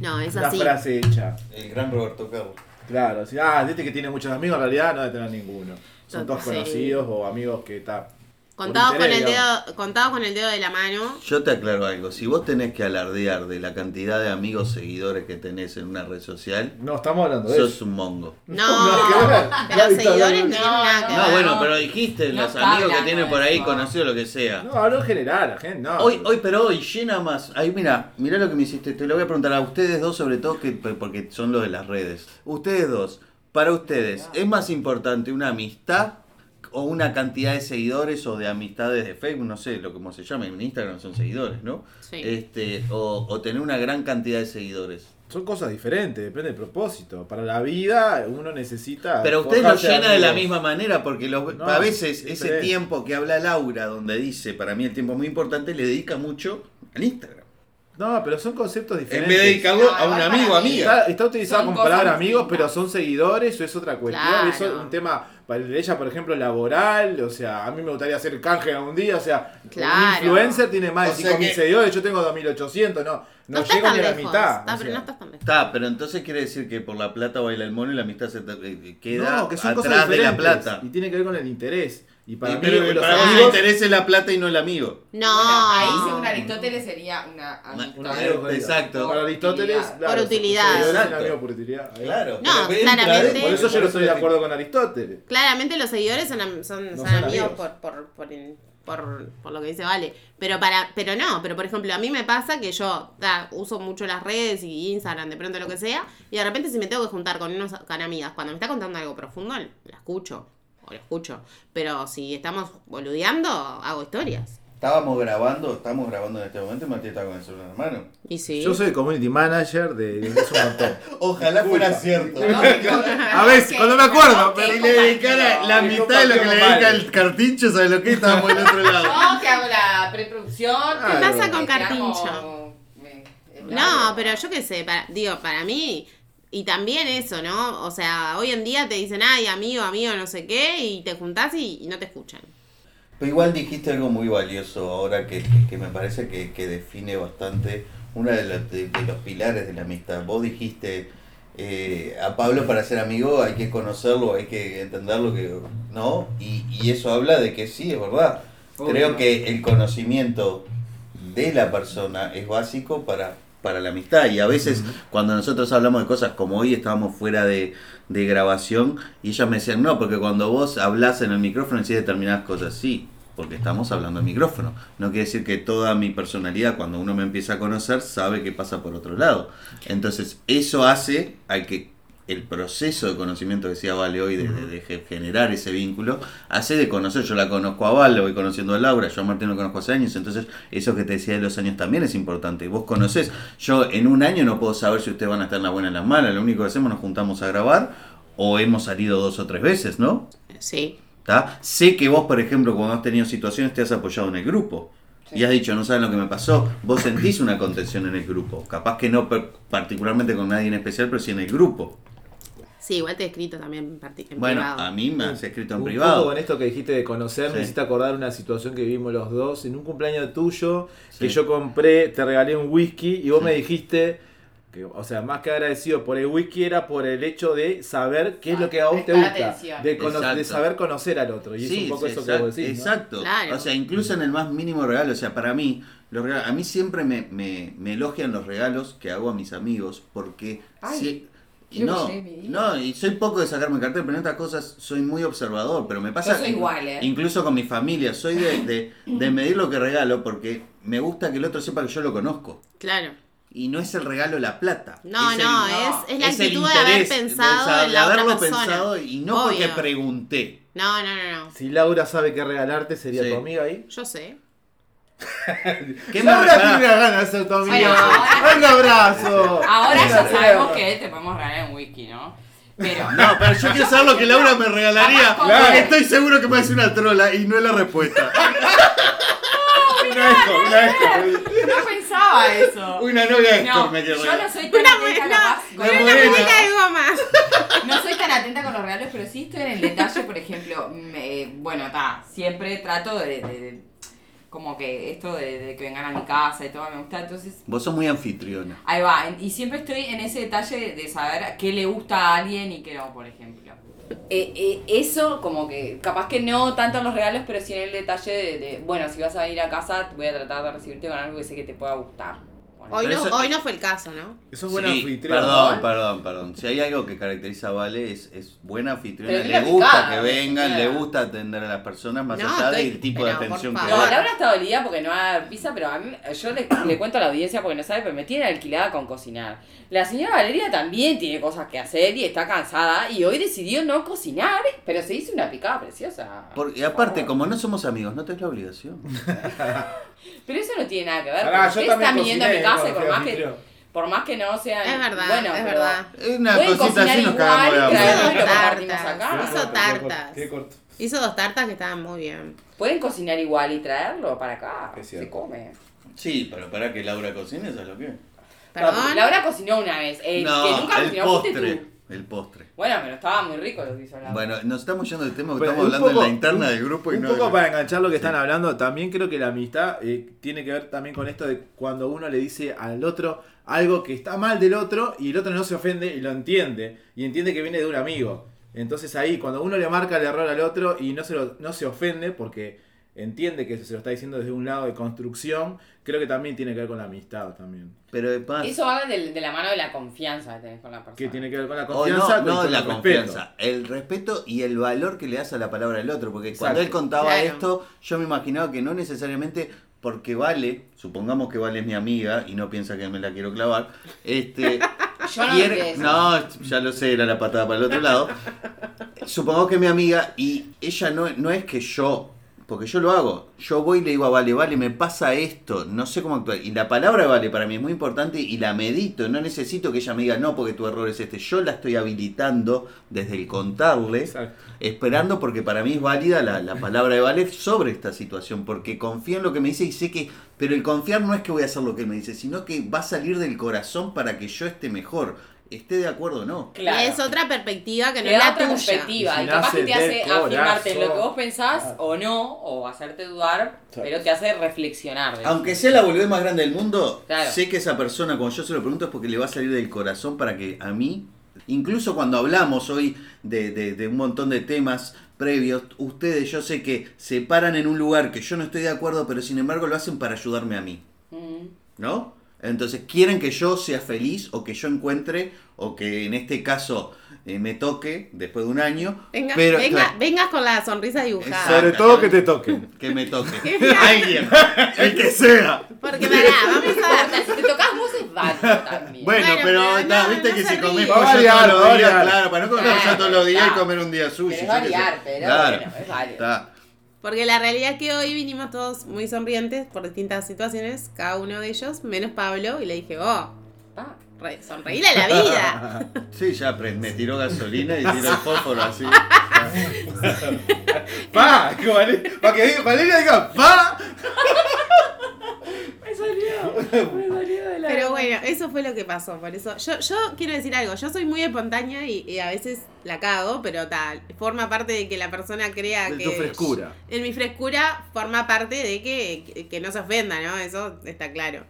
S2: No, es
S7: una
S2: así.
S7: frase hecha.
S5: El gran Roberto Carlos.
S7: Claro. Si, ah, este que tiene muchos amigos, en realidad no debe tener ninguno. Son todos
S2: Sí.
S7: conocidos o amigos que está.
S2: Contado
S7: por
S2: con el
S7: interés,
S2: dedo, contado con el dedo de la mano.
S5: Yo te aclaro algo, si vos tenés que alardear de la cantidad de amigos seguidores que tenés en una red social,
S7: No, estamos hablando de
S5: sos
S7: eso.
S5: un mongo.
S2: No,
S7: Nada que ver.
S2: pero
S7: Nadie está
S2: seguidores no
S7: hablando
S2: tienen
S7: de
S2: nada que
S5: No,
S2: ver.
S5: bueno, pero dijiste
S4: No
S5: los
S4: está
S5: amigos que
S4: hablando
S5: tiene
S4: de
S5: por ahí,
S4: eso.
S5: conocido lo que sea.
S7: No, hablo en general, la gente. No.
S5: Hoy, hoy, pero hoy llena más. Ahí mira, mira lo que me hiciste. Te lo voy a preguntar a ustedes dos, sobre todo que, porque son los de las redes. Ustedes dos, para ustedes, ¿es más importante una amistad o una cantidad de seguidores o de amistades de Facebook? No sé, lo como se llama. En Instagram son seguidores, ¿no?
S2: Sí.
S5: Este, o, o tener una gran cantidad de seguidores.
S7: Son cosas diferentes, depende del propósito. Para la vida uno necesita.
S5: Pero ustedes lo
S7: forjarse
S5: llena de la
S7: amigos.
S5: misma manera, porque los-
S7: No,
S5: a veces
S7: es
S5: ese
S7: diferente.
S5: tiempo que habla Laura, donde dice, para mí el tiempo es muy importante, le dedica mucho al Instagram.
S7: No, pero son conceptos
S5: En
S7: diferentes.
S5: vez de dedicarlo a un
S4: Ah,
S5: amigo,
S4: para mí.
S5: amiga.
S7: Está, está utilizado
S4: Son
S7: como
S4: cosas
S7: palabra amigos,
S4: distintas.
S7: pero son seguidores, eso es otra cuestión.
S2: Claro.
S7: Eso es un tema para ella, por ejemplo, laboral. O sea, a mí me gustaría hacer canje algún día. O sea, un
S2: Claro.
S7: influencer tiene más
S5: O
S7: de
S5: sea
S7: 5.000
S5: que-
S7: seguidores, yo tengo 2.800, no. No,
S2: estás
S7: llego
S2: tan
S7: ni a la
S2: lejos.
S7: mitad.
S2: Está, pero
S7: o sea.
S2: no estás tan lejos.
S5: Está, pero entonces quiere decir que por la plata baila el mono y la amistad se te- eh, queda
S7: No, que son cosas
S5: atrás de la
S7: diferentes.
S5: plata.
S7: Y tiene que ver con el interés. Y para
S5: Y
S7: mí,
S5: pero
S7: los
S5: para vos le
S7: amigos-
S5: interesa la plata y no el amigo.
S2: No,
S4: Bueno, ahí según Aristóteles sería una
S7: un
S5: Una-
S4: amistad.
S7: amigo,
S5: Exacto.
S7: Para Aristóteles,
S4: Por
S7: claro, son
S2: utilidad.
S7: seguidores, un
S5: Exacto.
S7: amigo por utilidad. Ahí va.
S2: No, claramente.
S7: Por eso yo no estoy de acuerdo con Aristóteles.
S2: Claramente los seguidores son, am- son,
S7: No
S2: son
S7: son
S2: amigos
S7: amigos.
S2: por, por, por, in- por- por lo que dice Vale. Pero para pero no, pero por ejemplo, a mí me pasa que yo ta, uso mucho las redes y Instagram, de pronto lo que sea, y de repente si me tengo que juntar con unos con amigas, cuando me está contando algo profundo, la escucho, o lo escucho. Pero si estamos boludeando, hago historias.
S5: Estábamos grabando, estamos grabando en este momento y Martín está con el celular en mano.
S2: Y sí.
S7: Yo soy community manager de, de es un montón.
S5: Ojalá fuera cierto.
S7: A veces, cuando me acuerdo,
S5: Pero le dedicara la mitad de lo que le dedica el cartincho, ¿sabes lo que? Estábamos del otro lado.
S4: No, que hago la preproducción.
S7: ¿Qué pasa
S2: con
S4: Me tiramos-
S2: Carpincho?
S4: me-
S2: No, pero yo qué sé, para- digo, para mí Y también eso, ¿no? O sea, hoy en día te dicen, ay, amigo, amigo, no sé qué, y te juntás y, y no te escuchan.
S5: Pero igual dijiste algo muy valioso ahora que, que me parece que, que define bastante uno de, los- de- de los pilares de la amistad. Vos dijiste, eh, a Pablo para ser amigo hay que conocerlo, hay que entenderlo, que, ¿no? Y, y eso habla de que sí, es verdad. Creo
S4: Obvio.
S5: que el conocimiento de la persona es básico para, para la amistad. Y a veces cuando nosotros hablamos de cosas como hoy estábamos fuera de, de grabación y ellas me decían, no, porque cuando vos hablas en el micrófono decís determinadas cosas, sí, porque estamos hablando al micrófono. No quiere decir que toda mi personalidad, cuando uno me empieza a conocer, sabe que pasa por otro lado. Entonces, eso hace a que el proceso de conocimiento que decía Vale hoy, de, de- de ge- generar ese vínculo, hace de conocer. Yo la conozco a Val, la voy conociendo a Laura, yo a Martín lo conozco hace años, entonces eso que te decía de los años también es importante. Vos conocés, yo en un año no puedo saber si ustedes van a estar en la buena o en la mala, lo único que hacemos nos juntamos a grabar o hemos salido dos o tres veces, ¿no?
S2: Sí.
S5: ¿Tá? Sé que vos, por ejemplo, cuando has tenido situaciones, te has apoyado en el grupo.
S4: Sí.
S5: Y has dicho, no saben lo que me pasó. Vos sentís una contención en el grupo. Capaz que no per- particularmente con nadie en especial, pero sí en el grupo.
S2: Sí, igual te he escrito también en, parti- en
S5: Bueno,
S2: privado.
S5: a mí me has escrito en
S7: Mm. Un
S5: privado.
S7: poco con esto que dijiste de conocer,
S5: Sí.
S7: me hiciste acordar una situación que vivimos los dos en un cumpleaños tuyo, que
S5: Sí.
S7: yo compré, te regalé un whisky y vos
S5: Sí.
S7: me dijiste, que, o sea, más que agradecido por el whisky era por el hecho de saber qué es lo que a vos te
S4: Prestar
S7: gusta,
S4: atención.
S7: de, cono- de
S5: Exacto.
S7: saber conocer al otro. Y es un poco eso que
S5: exact-
S7: vos decís. ¿no?
S5: Exacto.
S2: Claro.
S5: O sea, incluso en el más mínimo regalo. O sea, para mí, los regalos- a mí siempre me, me- me elogian los regalos que hago a mis amigos porque...
S4: Ay,
S5: si- y
S4: quiero
S5: no,
S4: que ¿eh? llegue mi día.
S5: no, y soy poco de sacarme cartel, pero en otras cosas soy muy observador, pero me pasa...
S4: Yo soy igual, ¿eh?
S5: Incluso con mi familia, soy de, de- de medir lo que regalo porque me gusta que el otro sepa que yo lo conozco.
S2: Claro.
S5: Y no es el regalo la plata.
S2: No,
S5: es el-
S2: no,
S4: no,
S2: es, es la
S5: es el
S2: actitud de haber
S5: interés, de
S2: pensado
S5: sa-
S2: en
S5: de
S2: la otra
S5: haberlo
S2: persona.
S5: pensado y no porque
S2: Obvio.
S5: pregunté.
S2: No, no, no, no.
S7: Si Laura sabe qué regalarte, sería
S5: Sí.
S7: tu amiga ahí.
S2: Yo sé.
S5: ¿Qué me
S7: Laura
S5: regalás?
S7: tiene ganas de ser tu amiga.
S4: Bueno,
S7: ¡Un abrazo!
S4: Ahora ya sabemos que te podemos regalar un whisky, ¿no? Pero.
S5: No, pero yo quiero saber lo que Laura me regalaría.
S4: Capaz con-
S5: porque Estoy seguro que me hace una trola y no es la respuesta.
S7: Una eco, una eco.
S4: No pensaba eso.
S5: Una novia de Héctor
S4: No,
S5: me quiere
S4: yo no
S5: regalar.
S4: soy tan
S2: Una,
S4: atenta
S2: buena,
S4: capaz con
S2: una,
S4: los
S2: una
S5: morena.
S2: muñeca de goma.
S4: No soy tan atenta con los regalos, pero sí estoy en el detalle, por ejemplo, me- bueno, está, siempre trato de, de- de- como que esto de, de que vengan a mi casa y todo me gusta, entonces
S5: Vos sos muy anfitriona.
S4: ahí va, en- y siempre estoy en ese detalle de saber qué le gusta a alguien y qué no, por ejemplo. Eh, eh, eso como que, capaz que no tanto en los regalos, pero sí en el detalle de, de, bueno, si vas a venir a casa, voy a tratar de recibirte con algo que sé que te pueda gustar. Bueno,
S2: Hoy
S5: Pero
S2: no,
S5: eso-
S2: hoy no fue el caso, ¿no?
S7: Eso es buena
S5: Sí,
S7: anfitriona.
S5: Perdón, perdón, perdón. Si hay algo que caracteriza a Vale es, es buena anfitriona.
S4: Pero
S5: Le
S4: dile
S5: gusta
S4: picada,
S5: que vengan,
S4: claro.
S5: le gusta atender a las personas más
S2: No,
S5: allá
S2: estoy-
S5: del tipo de
S2: pero, por
S5: atención que
S2: favor.
S4: No,
S5: da.
S4: Laura está dolida porque no va a dar pizza, pero a mí, yo le, le cuento a la audiencia porque no sabe, pero me tiene alquilada con cocinar. La señora Valeria también tiene cosas que hacer y está cansada y hoy decidió no cocinar, pero se hizo una picada preciosa.
S5: Porque aparte, como no somos amigos, no tenés la obligación.
S4: Pero eso no tiene nada que ver.
S7: Pará,
S4: porque
S7: yo
S4: ustedes están
S7: también
S4: viniendo a mi
S7: cociné,
S4: casa y
S7: ¿no?
S4: por
S7: Fui
S4: más, que,
S7: anfitrión.
S4: por más que no sean...
S2: Es verdad,
S4: bueno,
S2: es
S4: pero
S2: verdad.
S5: Es una
S4: pueden
S5: cosita
S4: cocinar
S5: así nos cagamos de
S4: igual y traernos
S5: hambre.
S4: y lo
S2: Tartas.
S4: compartimos acá.
S2: Hizo tartas.
S3: Qué corto.
S2: Hizo dos tartas que estaban muy bien.
S4: Pueden cocinar igual y traerlo para acá.
S3: Es
S4: Se
S3: cierto.
S4: come.
S5: Sí, pero para que Laura cocine, ¿sabes lo que? es?
S2: ¿Perdón?
S4: Laura cocinó una vez. El que nunca
S5: el
S4: cocinó fuiste tú.
S5: postre. El postre.
S4: Bueno, pero estaba muy rico lo que hizo Laura.
S5: Bueno, nos estamos yendo del tema, porque
S7: Pero
S5: estamos
S7: un
S5: hablando de
S7: poco-
S5: la interna del grupo y
S7: un
S5: no.
S7: poco
S5: de-
S7: para enganchar lo que están hablando, también creo que la amistad eh, tiene que ver también con esto de cuando uno le dice al otro algo que está mal del otro y el otro no se ofende y lo entiende y entiende que viene de un amigo. Entonces ahí cuando uno le marca el error al otro y no se lo- no se ofende porque entiende que se lo está diciendo desde un lado de construcción, creo que también tiene que ver con la amistad también.
S5: Pero de paz.
S4: Eso va del- de, la mano de la confianza que tenés con la persona.
S7: Que tiene que ver con la
S5: Oh,
S7: confianza,
S5: no,
S7: con-
S5: no
S7: con
S5: la
S7: el respeto.
S5: confianza, el respeto y el valor que le das a la palabra del otro, porque
S7: Exacto.
S5: cuando él contaba
S2: Claro.
S5: esto, yo me imaginaba que no necesariamente porque vale, supongamos que vale es mi amiga y no piensa que me la quiero clavar, este
S4: Yo no
S5: y
S4: dije
S5: era-
S4: eso.
S5: no, ya lo sé, era la patada para el otro lado. Supongamos que es mi amiga y ella no, no es que yo, porque yo lo hago, yo voy y le digo a Vale, Vale, me pasa esto, no sé cómo actuar. Y la palabra Vale para mí es muy importante y la medito, no necesito que ella me diga, no, porque tu error es este. Yo la estoy habilitando desde el contarle,
S7: Exacto.
S5: esperando porque para mí es válida la, la palabra de Vale sobre esta situación, porque confío en lo que me dice y sé que, pero el confiar no es que voy a hacer lo que él me dice, sino que va a salir del corazón para que yo esté mejor. esté de acuerdo o no.
S4: Claro.
S2: Es otra perspectiva que no
S4: Te
S2: es
S4: da
S2: la
S4: otra
S2: tuya.
S4: perspectiva
S7: Y
S4: y
S7: si
S4: capaz
S7: nace
S4: que te
S7: del
S4: hace
S7: corazón.
S4: afirmarte en lo que vos pensás
S5: Ah.
S4: o no, o hacerte dudar, pero te hace reflexionar. ¿ves?
S5: Aunque sea la boludez más grande del mundo,
S4: Claro.
S5: sé que esa persona, cuando yo se lo pregunto, es porque le va a salir del corazón para que a mí, incluso cuando hablamos hoy de, de- de un montón de temas previos, ustedes yo sé que se paran en un lugar que yo no estoy de acuerdo, pero sin embargo lo hacen para ayudarme a mí,
S4: Mm.
S5: ¿no? Entonces quieren que yo sea feliz o que yo encuentre o que en este caso eh, me toque después de un año,
S2: Venga-
S5: pero
S2: venga-
S5: claro,
S2: Vengas con la sonrisa dibujada.
S5: Exacto.
S7: Sobre todo que te toquen.
S5: que me toque alguien, el que sea.
S2: Porque pará, vamos a
S4: Bata, si te tocas vos es bata también.
S5: Bueno,
S2: Bueno,
S5: pero,
S2: pero
S5: está,
S2: no,
S5: viste
S2: no
S5: que
S2: se
S5: si comes
S2: ríe.
S5: pollo
S7: Va a
S5: todos
S7: variar,
S5: los
S7: va a
S5: días,
S7: variar.
S5: claro, para no comer
S4: Claro,
S5: pollo todos los días y
S4: está.
S5: comer un día sushi.
S4: Querés
S5: yo qué sé.
S4: variar, pero
S5: Claro.
S4: bueno, es válido.
S5: Está.
S2: Porque la realidad es que hoy vinimos todos muy sonrientes por distintas situaciones, cada uno de ellos, menos Pablo, y le dije, oh,
S4: Pa.
S2: re- sonreíle a la vida.
S5: Sí, ya pre- me tiró gasolina y tiró fósforo así.
S7: ¡Pa! Como Ale- Pa que diga- Valeria diga ¡Pa!
S4: Me salió, me salió de la.
S2: Pero bueno, eso fue lo que pasó, por eso. Yo, yo quiero decir algo, yo soy muy espontánea y, y a veces la cago, pero tal, forma parte de que la persona crea
S7: De
S2: que...
S7: tu frescura.
S2: En mi frescura forma parte de que, que, que no se ofenda, ¿no? Eso está claro.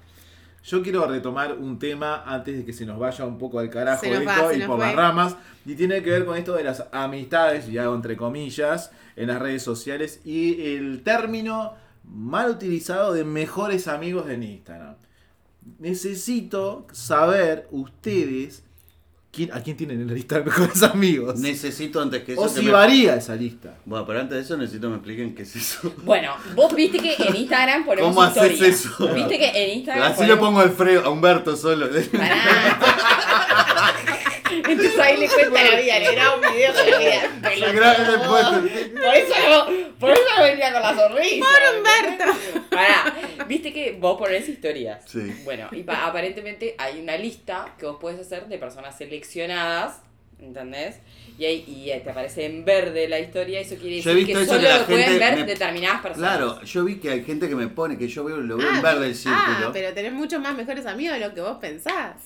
S7: Yo quiero retomar un tema antes de que se nos vaya un poco al carajo
S2: Se nos
S7: esto
S2: va, se
S7: y
S2: nos
S7: por las
S2: fue.
S7: ramas. Y tiene que ver con esto de las amistades, y hago entre comillas, en las redes sociales y el término mal utilizado de mejores amigos en Instagram. Necesito saber ustedes quién- a quién tienen en la lista de mejores amigos.
S5: Necesito antes que eso.
S7: o
S5: que
S7: si
S5: me-
S7: varía esa lista.
S5: Bueno, pero antes de eso necesito que me expliquen qué es eso.
S4: Bueno, vos viste que en Instagram ponemos
S5: ¿Cómo haces
S4: historias.
S5: eso?
S4: Viste que en Instagram
S5: Así le pongo el freo a Humberto solo.
S4: Pará. Entonces ahí le cuenta la vida, le graba un video de la vida.
S5: Se graba el puesto.
S4: Por eso, por eso venía con la sonrisa.
S2: Por Humberto.
S4: Pará, viste que vos ponés historias.
S5: Sí.
S4: Bueno, y pa- aparentemente hay una lista que vos podés hacer de personas seleccionadas, ¿entendés? Y, ahí, y ahí te aparece en verde la historia, eso quiere
S5: Yo he
S4: decir que
S5: visto eso
S4: solo
S5: que la
S4: lo pueden
S5: gente
S4: ver
S5: me-
S4: determinadas personas.
S5: Claro, yo vi que hay gente que me pone, que yo veo, lo veo
S2: Ah,
S5: en verde el
S2: Ah,
S5: círculo.
S2: pero tenés muchos más mejores amigos de lo que vos pensás.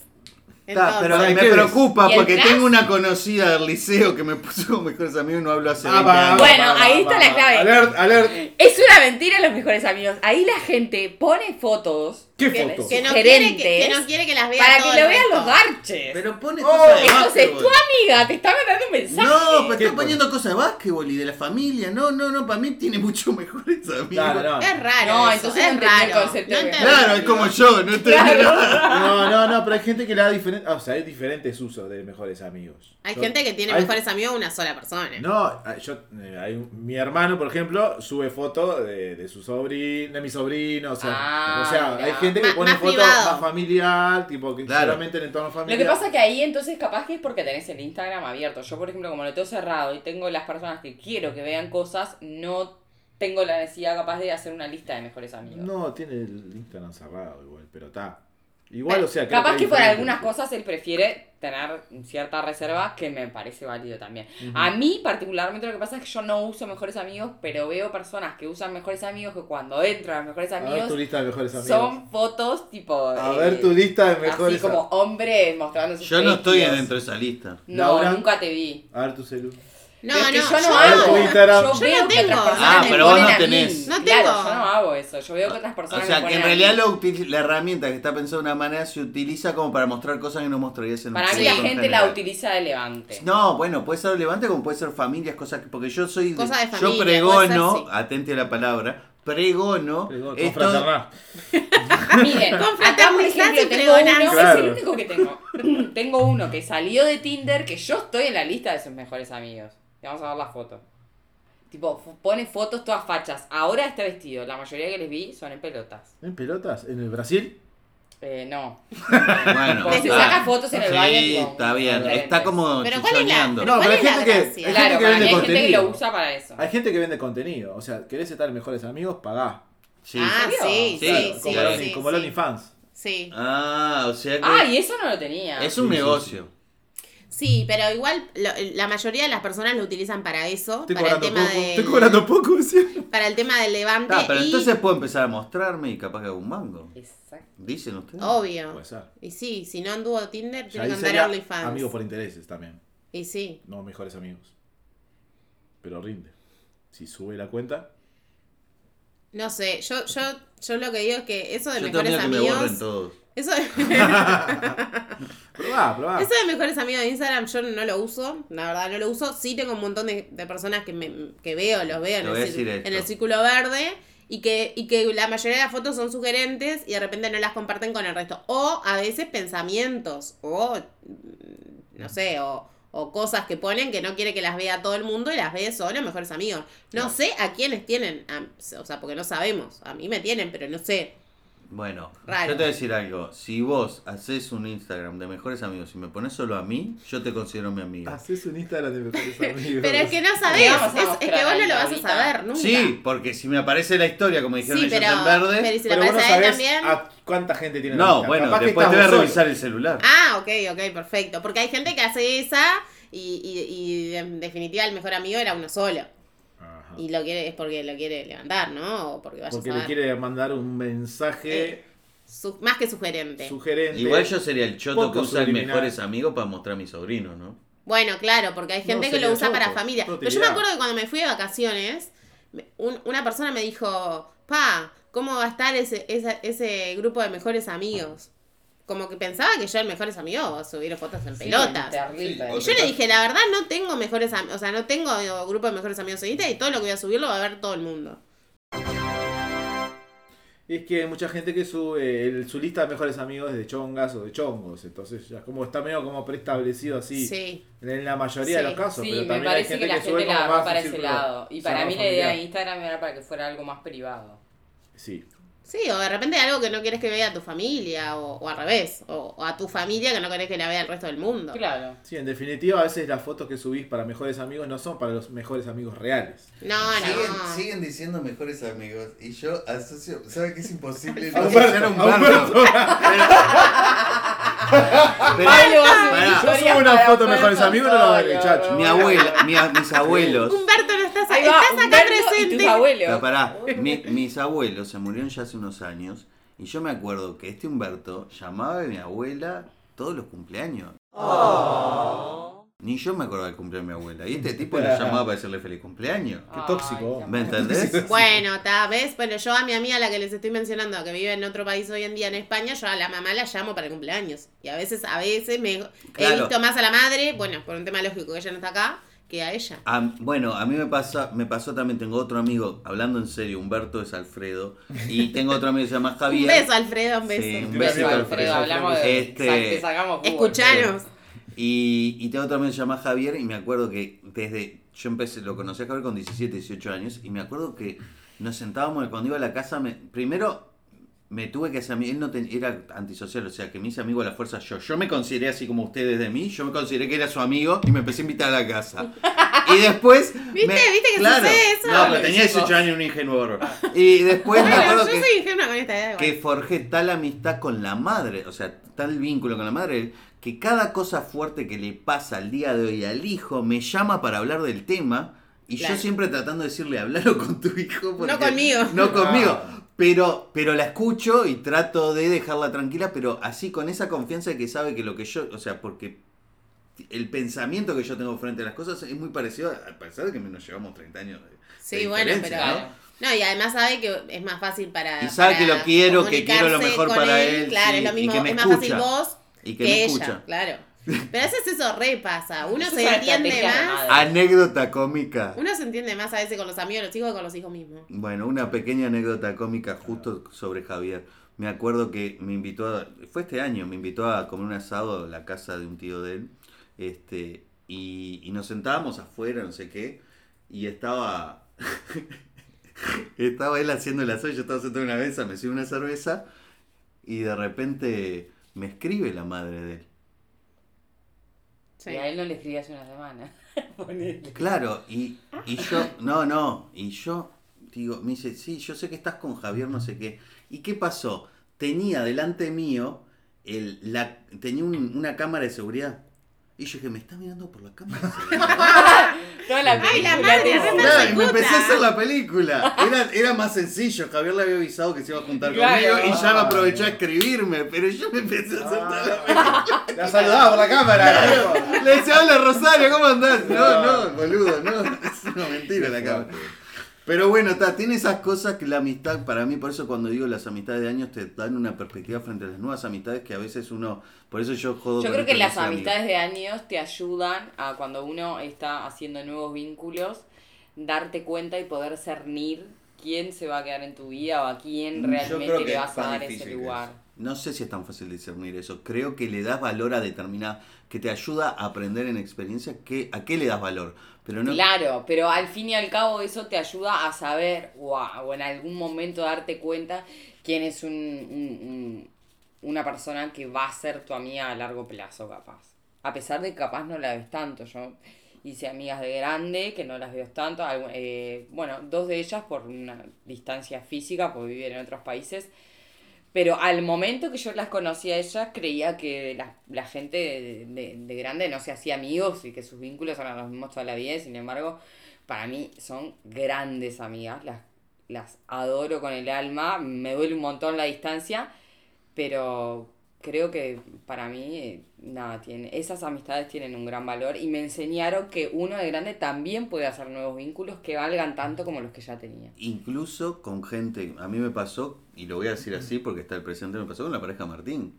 S5: Está, pero
S2: Entonces-
S5: me
S7: ¿qué ves?
S5: preocupa
S4: ¿Y el
S5: porque
S4: trans?
S5: tengo una conocida del liceo que me puso como mejores amigos y no hablo hace 20
S7: Ah, va,
S5: años.
S4: Bueno,
S7: va, va,
S4: ahí está
S7: va,
S4: la
S7: va.
S4: clave.
S7: Alert, alert.
S4: Es una mentira los mejores amigos. Ahí la gente pone fotos
S7: ¿Qué
S2: que,
S7: fotos?
S2: que no quiere que, que
S4: Gerentes.
S2: no quiere que las vea
S4: para
S2: todo
S4: que lo
S2: el
S4: vean
S2: resto.
S4: los garches.
S5: Pero pone
S7: Oh,
S5: cosas de
S4: Entonces
S5: básquetbol.
S4: tu amiga te está mandando un mensaje.
S5: No, pero
S7: ¿Qué
S5: está
S7: pone?
S5: poniendo cosas de básquetbol y de la familia. No, no, no, para mí tiene mucho mejores amigos.
S7: Claro,
S5: Claro,
S7: no.
S2: Es raro.
S4: No,
S2: eso,
S4: entonces
S2: es
S4: entendí el
S2: raro.
S4: concepto
S2: No
S4: de-
S2: entendí.
S5: es como yo, no te
S7: No, no, no, pero hay gente que le da diferente. O sea, hay diferentes usos de mejores amigos.
S2: Hay
S7: Yo-
S2: gente que tiene
S7: hay-
S2: mejores amigos una sola persona.
S7: No, ah, yo, eh, hay un- mi hermano, por ejemplo, sube fotos de, de su sobrino, de mi sobrino, o sea,
S4: Ah,
S7: o sea
S4: mirá.
S7: hay gente que
S2: Más-
S7: pone
S2: más
S7: fotos
S2: privado.
S7: más familiar, tipo que
S5: Claro.
S7: solamente en entorno
S4: Lo
S7: familiar.
S4: que pasa que ahí entonces capaz que es porque tenés el Instagram abierto. Yo, por ejemplo, como lo tengo cerrado y tengo las personas que quiero que vean cosas, no tengo la necesidad capaz de hacer una lista de mejores amigos.
S7: No, tiene el Instagram cerrado igual, pero está. Igual, o sea, creo
S4: capaz
S7: hay
S4: que por
S7: diferentes.
S4: algunas cosas él prefiere tener cierta reserva que me parece válido también. A mí particularmente lo que pasa es que yo no uso mejores amigos, pero veo personas que usan mejores amigos que cuando entran a mejores
S7: A ver tu
S4: amigos
S7: lista de mejores amigos.
S4: son fotos tipo...
S7: A
S4: eh,
S7: ver tu lista de
S4: Así
S7: mejores
S4: como hombre mostrando sus
S5: Yo no estoy
S4: pechos.
S5: adentro de esa lista.
S4: No,
S7: Laura.
S4: nunca te vi.
S7: A ver tu celu.
S2: No,
S4: Pero
S2: no,
S4: es que
S2: yo no
S7: A ver tu
S2: hago.
S7: Instagram.
S4: Yo,
S2: Yo
S4: veo
S2: no
S4: que otras
S2: tengo.
S4: personas
S5: Ah,
S4: me
S5: pero vos
S4: ponen
S5: no
S4: a mí.
S5: tenés.
S2: No
S4: Claro,
S2: tengo.
S4: yo no hago eso. Yo veo que otras personas
S5: O sea,
S4: me
S5: que
S4: ponen a
S5: en
S4: mí.
S5: realidad lo util- la herramienta que está pensada de una manera se utiliza como para mostrar cosas que no mostrarías en un
S4: Para mí
S5: público
S4: la
S5: en
S4: gente
S5: general.
S4: la utiliza de levante.
S5: No, bueno, puede ser relevante como puede ser familias, cosas que, porque yo soy
S2: Cosas de
S5: yo
S2: familia,
S5: pregono,
S2: puede ser, sí.
S5: atente a la palabra, pregono,
S7: Perdón,
S5: esto-
S7: confraternidad.
S2: Ah,
S4: Miren, acá por
S2: Confraternizás
S4: ejemplo
S2: y
S4: tengo uno,
S2: pregonás.
S4: es el
S7: Claro.
S4: único que tengo. tengo uno que salió de Tinder, que yo estoy en la lista de sus mejores amigos. Te vamos a ver la foto. Tipo, f- pone fotos todas fachas. Ahora está vestido. La mayoría que les vi son en pelotas.
S7: ¿En pelotas? ¿En el Brasil?
S4: Eh, no.
S5: bueno,
S4: Porque se
S5: está.
S4: saca fotos en el
S5: Sí,
S4: baño. tipo,
S5: está bien,
S4: diferentes.
S5: está como
S2: Pero ¿cuál es la,
S5: chichoneando.
S2: pero
S7: No,
S2: cuál
S7: pero
S2: es
S7: hay
S2: la
S7: gente que-
S2: gracia?
S7: hay gente
S4: Claro,
S7: que
S4: para mí
S7: vende
S4: hay gente que lo
S7: contenido.
S4: usa para eso.
S7: Hay gente que vende contenido. O sea, querés estar en mejores amigos, pagá.
S5: Sí.
S2: Ah, sí,
S5: Sí,
S2: sí, sí,
S7: Claro, como el
S2: sí,
S7: Only- como el
S2: sí,
S7: OnlyFans.
S2: sí.
S5: Ah, o sea que
S4: Ah, y eso no lo tenía.
S5: es un
S7: Sí, sí,
S5: negocio.
S2: Sí, pero igual lo- la mayoría de las personas lo utilizan para eso.
S7: Estoy
S2: para el
S7: cobrando
S2: tema
S7: poco.
S2: de-
S7: Estoy cobrando poco, ¿sí?
S2: Para el tema del levante.
S5: Ah, pero
S2: y-
S5: entonces puedo empezar a mostrarme y capaz que hago un mango.
S4: Exacto.
S5: Dicen ustedes.
S2: Obvio.
S7: Puede ser.
S2: Y sí, si no anduvo Tinder,
S7: Pues. Ya
S2: tiene
S7: ahí
S2: que andar
S7: sería
S2: OnlyFans.
S7: amigos por intereses también.
S2: Y sí.
S7: No mejores amigos. Pero rinde. Si sube la cuenta.
S2: No sé, yo, yo, yo lo que digo es que eso de
S5: Yo tengo
S2: mejores
S5: miedo que me borren
S2: amigos.
S5: todos.
S2: Eso de,
S7: Probá, probá.
S2: eso de mejores amigos de Instagram yo no lo uso. La verdad, no lo uso. Sí tengo un montón de, de personas que, me, que veo, los veo
S5: Te
S2: en
S5: voy a
S2: el, cir-
S5: decir esto.
S2: en el círculo verde. Y que, y que la mayoría de las fotos son sugerentes y de repente no las comparten con el resto. O a veces pensamientos. O mm, no sé, o, o cosas que ponen que no quiere que las vea todo el mundo y las ve solo mejores amigos. No sé a quiénes tienen, a- o sea, porque no sabemos. A mí me tienen, pero no sé.
S5: Bueno,
S2: Raro.
S5: yo te voy a decir algo. Si vos haces un Instagram de mejores amigos y me pones solo a mí, yo te considero mi amigo.
S7: Haces un Instagram de mejores amigos.
S2: Pero es que no
S4: Le
S2: sabés,
S4: vamos a
S2: es, es
S4: mostrar
S2: que vos no
S4: ahí
S2: lo vas a
S4: ahorita.
S2: saber nunca.
S5: Sí, porque si me aparece la historia, como dijeron
S2: Sí,
S5: ellos
S2: pero,
S5: en verde.
S2: pero ¿y si la
S7: Pero vos no
S2: aparece a él
S7: sabés
S2: también.
S7: a cuánta gente tiene la
S5: No,
S7: lista.
S5: bueno,
S7: Capaz que
S5: después te
S7: estás
S5: voy a
S7: vos
S5: revisar
S7: solo.
S5: el celular.
S2: Ah, ok, ok, perfecto. Porque hay gente que hace esa y, y- y en definitiva el mejor amigo era uno solo.
S7: Ajá.
S2: Y lo quiere, es porque lo quiere levantar, ¿no? O porque vaya
S7: Porque
S2: a
S7: le
S2: saber. Eh,
S7: quiere mandar un mensaje
S2: Su- más que sugerente.
S7: sugerente.
S5: Igual yo sería el choto
S7: Poco
S5: que usa el
S7: subliminal.
S5: mejores amigos para mostrar a mi sobrino, ¿no?
S2: Bueno, claro, porque hay gente
S7: No,
S2: que lo
S7: sería
S2: usa para
S7: loco,
S2: familia.
S7: no
S2: Pero yo me
S7: tirará.
S2: acuerdo que cuando me fui de vacaciones, me- un- una persona me dijo, pa, ¿cómo va a estar ese, esa- ese grupo de mejores amigos? Como que pensaba que yo el mejores amigos subir fotos en pelotas.
S4: Terrible.
S2: Y yo le dije, la verdad no tengo mejores amigos, o sea, no tengo digo, grupo de mejores amigos en Instagram y todo lo que voy a subir lo va a ver todo el mundo.
S7: Y es que hay mucha gente que sube el- su lista de mejores amigos es de chongas o de chongos. Entonces ya como está medio como preestablecido así.
S2: Sí.
S7: En la mayoría de
S2: Sí,
S7: los casos.
S4: Sí,
S7: pero
S4: me
S7: también hay
S4: parece
S7: gente
S4: que la
S7: sube
S4: gente
S7: como más
S4: la agarró para
S7: un
S4: ese
S7: círculo
S4: lado. Y para
S7: cerrado
S4: mí la idea de
S7: familiar.
S4: Instagram era para que fuera algo más privado.
S7: Sí.
S2: Sí, o de repente algo que no quieres que vea tu familia, o, o al revés, o, o a tu familia que no querés que la vea el resto del mundo.
S4: Claro.
S7: Sí, en definitiva, a veces las fotos que subís para mejores amigos no son para los mejores amigos reales.
S2: No, no.
S5: siguen, siguen diciendo mejores amigos y yo asocio, ¿sabe que es imposible?
S7: A
S5: no
S7: Humberto,
S5: asociar a
S7: a Humberto.
S5: Pero-
S7: Pará, yo subo una foto mejores amigos no la va a ver, chacho.
S5: mi abuela, mi a- mis abuelos.
S2: Humberto no estás,
S4: Ahí va,
S2: estás acá
S4: Humberto y
S2: presente.
S4: tus abuelos.
S5: Pero pará, mi- mis abuelos se murieron ya hace unos años y yo me acuerdo que este Humberto llamaba a mi abuela todos los cumpleaños.
S2: Oh.
S5: Ni yo me acordaba del cumpleaños de mi abuela. Y este tipo lo llamaba para decirle feliz cumpleaños.
S2: Ah,
S7: Qué tóxico.
S5: ¿Me entendés?
S2: Bueno, tal vez, bueno, yo a mi amiga, la que les estoy mencionando, que vive en otro país hoy en día, en España, yo a la mamá la llamo para el cumpleaños. Y a veces, a veces me he
S5: Claro.
S2: visto más a la madre, bueno, por un tema lógico que ella no está acá, que a ella.
S5: A- Ah, bueno, a mí me pasa, me pasó también, tengo otro amigo, hablando en serio, Humberto es Alfredo, y tengo otro amigo que se llama
S2: Un
S5: Javier.
S2: beso, Alfredo, un beso.
S5: Sí, un
S4: Beso,
S5: besito,
S4: Alfredo,
S5: Alfredo.
S4: hablamos de.
S5: Este-
S4: sa- te sacamos jugo,
S2: Escuchanos.
S5: Y, y tengo otro amigo que se llama Javier y me acuerdo que desde, yo empecé, lo conocí a Javier con 17, 18 años y me acuerdo que nos sentábamos y cuando iba a la casa, me- primero me tuve que hacer amigo, él no ten- era antisocial, o sea que me hice amigo a la fuerza yo, yo me consideré así como ustedes de mí, yo me consideré que era su amigo y me empecé a invitar a la casa. Y después...
S2: ¿Viste?
S5: me-
S2: ¿Viste que
S5: claro,
S2: sucede eso?
S5: No, pero tenía 18 años un ingenuo. horror. Y después me
S2: Bueno,
S5: acuerdo
S2: yo
S5: que
S2: soy ingenua con esta edad.
S5: que
S2: igual.
S5: forjé tal amistad con la madre, o sea, tal vínculo con la madre, que cada cosa fuerte que le pasa al día de hoy al hijo me llama para hablar del tema y
S2: Claro.
S5: yo siempre tratando de decirle, hablalo con tu hijo. porque-
S2: No conmigo.
S5: No conmigo. Pero, pero la escucho y trato de dejarla tranquila, pero así con esa confianza de que sabe que lo que yo, o sea, porque el pensamiento que yo tengo frente a las cosas es muy parecido, a pesar de que nos llevamos 30 años. de-
S2: Sí,
S5: de
S2: bueno,
S5: diferencia,
S2: pero-
S5: ¿no?
S2: No, y además sabe que es más fácil para.
S5: Y sabe que
S2: para
S5: lo quiero, que quiero lo
S2: comunicarse
S5: mejor
S2: con
S5: para él,
S2: Claro,
S5: sí,
S2: es lo
S5: y
S2: mismo.
S5: que me
S2: es más fácil
S5: escucha.
S2: vos
S5: Y que,
S2: que,
S5: me
S2: ella,
S5: escucha.
S2: claro. Pero a veces eso re pasa. Uno
S4: Eso
S2: se
S4: es una
S2: entiende
S4: estrategia de
S2: más.
S4: madre.
S5: Anécdota cómica.
S2: Uno se entiende más a veces con los amigos, los hijos que con los hijos mismos.
S5: Bueno, una pequeña anécdota cómica justo sobre Javier. Me acuerdo que me invitó a. Fue este año, me invitó a comer un asado a la casa de un tío de él. Este, y, y nos sentábamos afuera, no sé qué. Y estaba. estaba él haciendo el asado, yo estaba sentado en una mesa, me sirve una cerveza. Y de repente me escribe la madre de él.
S2: Sí.
S4: Y a él no le escribí hace una semana. Ponele.
S5: Claro, y, y yo, no, no, y yo digo, me dice, sí, yo sé que estás con Javier, no sé qué. ¿Y qué pasó? Tenía delante mío, el, la, tenía un- una cámara de seguridad. Y yo dije, me está mirando por la cámara.
S4: Toda la
S2: Ay, la
S4: película
S2: madre,
S4: te-
S2: re
S5: Claro, y me
S2: persecuta.
S5: empecé a hacer la película. Era, era más sencillo. Javier le había avisado que se iba a juntar
S4: Claro.
S5: conmigo y ya aprovechó a escribirme. Pero yo me empecé a hacer toda la
S7: La saludaba por la cámara.
S5: Le decía, hola Rosario, ¿cómo andás? No, no, boludo, no. Es una mentira la cámara. Pero bueno, está, tiene esas cosas que la amistad, para mí, por eso cuando digo las amistades de años te dan una perspectiva frente a las nuevas amistades que a veces uno, por eso yo jodo.
S4: Yo
S5: con
S4: creo
S5: esto
S4: que las
S5: soy amigo.
S4: amistades de años te ayudan a cuando uno está haciendo nuevos vínculos, darte cuenta y poder cernir quién se va a quedar en tu vida o a quién
S8: Mm, Yo creo
S4: realmente
S8: que
S4: le
S8: es
S4: vas a
S8: tan
S4: dar ese
S8: difícil que
S4: lugar.
S8: es.
S5: No sé si es tan fácil discernir eso. Creo que le das valor a determinada, que te ayuda a aprender en experiencia que, a qué le das valor. Pero no,
S4: Claro, pero al fin y al cabo eso te ayuda a saber, wow, o en algún momento darte cuenta quién es un, un- un- una persona que va a ser tu amiga a largo plazo, capaz. A pesar de que capaz no la ves tanto, yo hice amigas de grande que no las veo tanto, algu- eh, bueno, dos de ellas por una distancia física, por vivir en otros países, pero al momento que yo las conocí a ellas, creía que la, la gente de, de- de grande no se hacía amigos y que sus vínculos eran los mismos toda la vida. y Sin embargo, para mí son grandes amigas. Las, las adoro con el alma. Me duele un montón la distancia. Pero creo que para mí, eh, nada, tiene, esas amistades tienen un gran valor. Y me enseñaron que uno de grande también puede hacer nuevos vínculos que valgan tanto como los que ya tenía.
S5: incluso con gente, a mí me pasó, y lo voy a decir así porque está el presente, me pasó con la pareja Martín.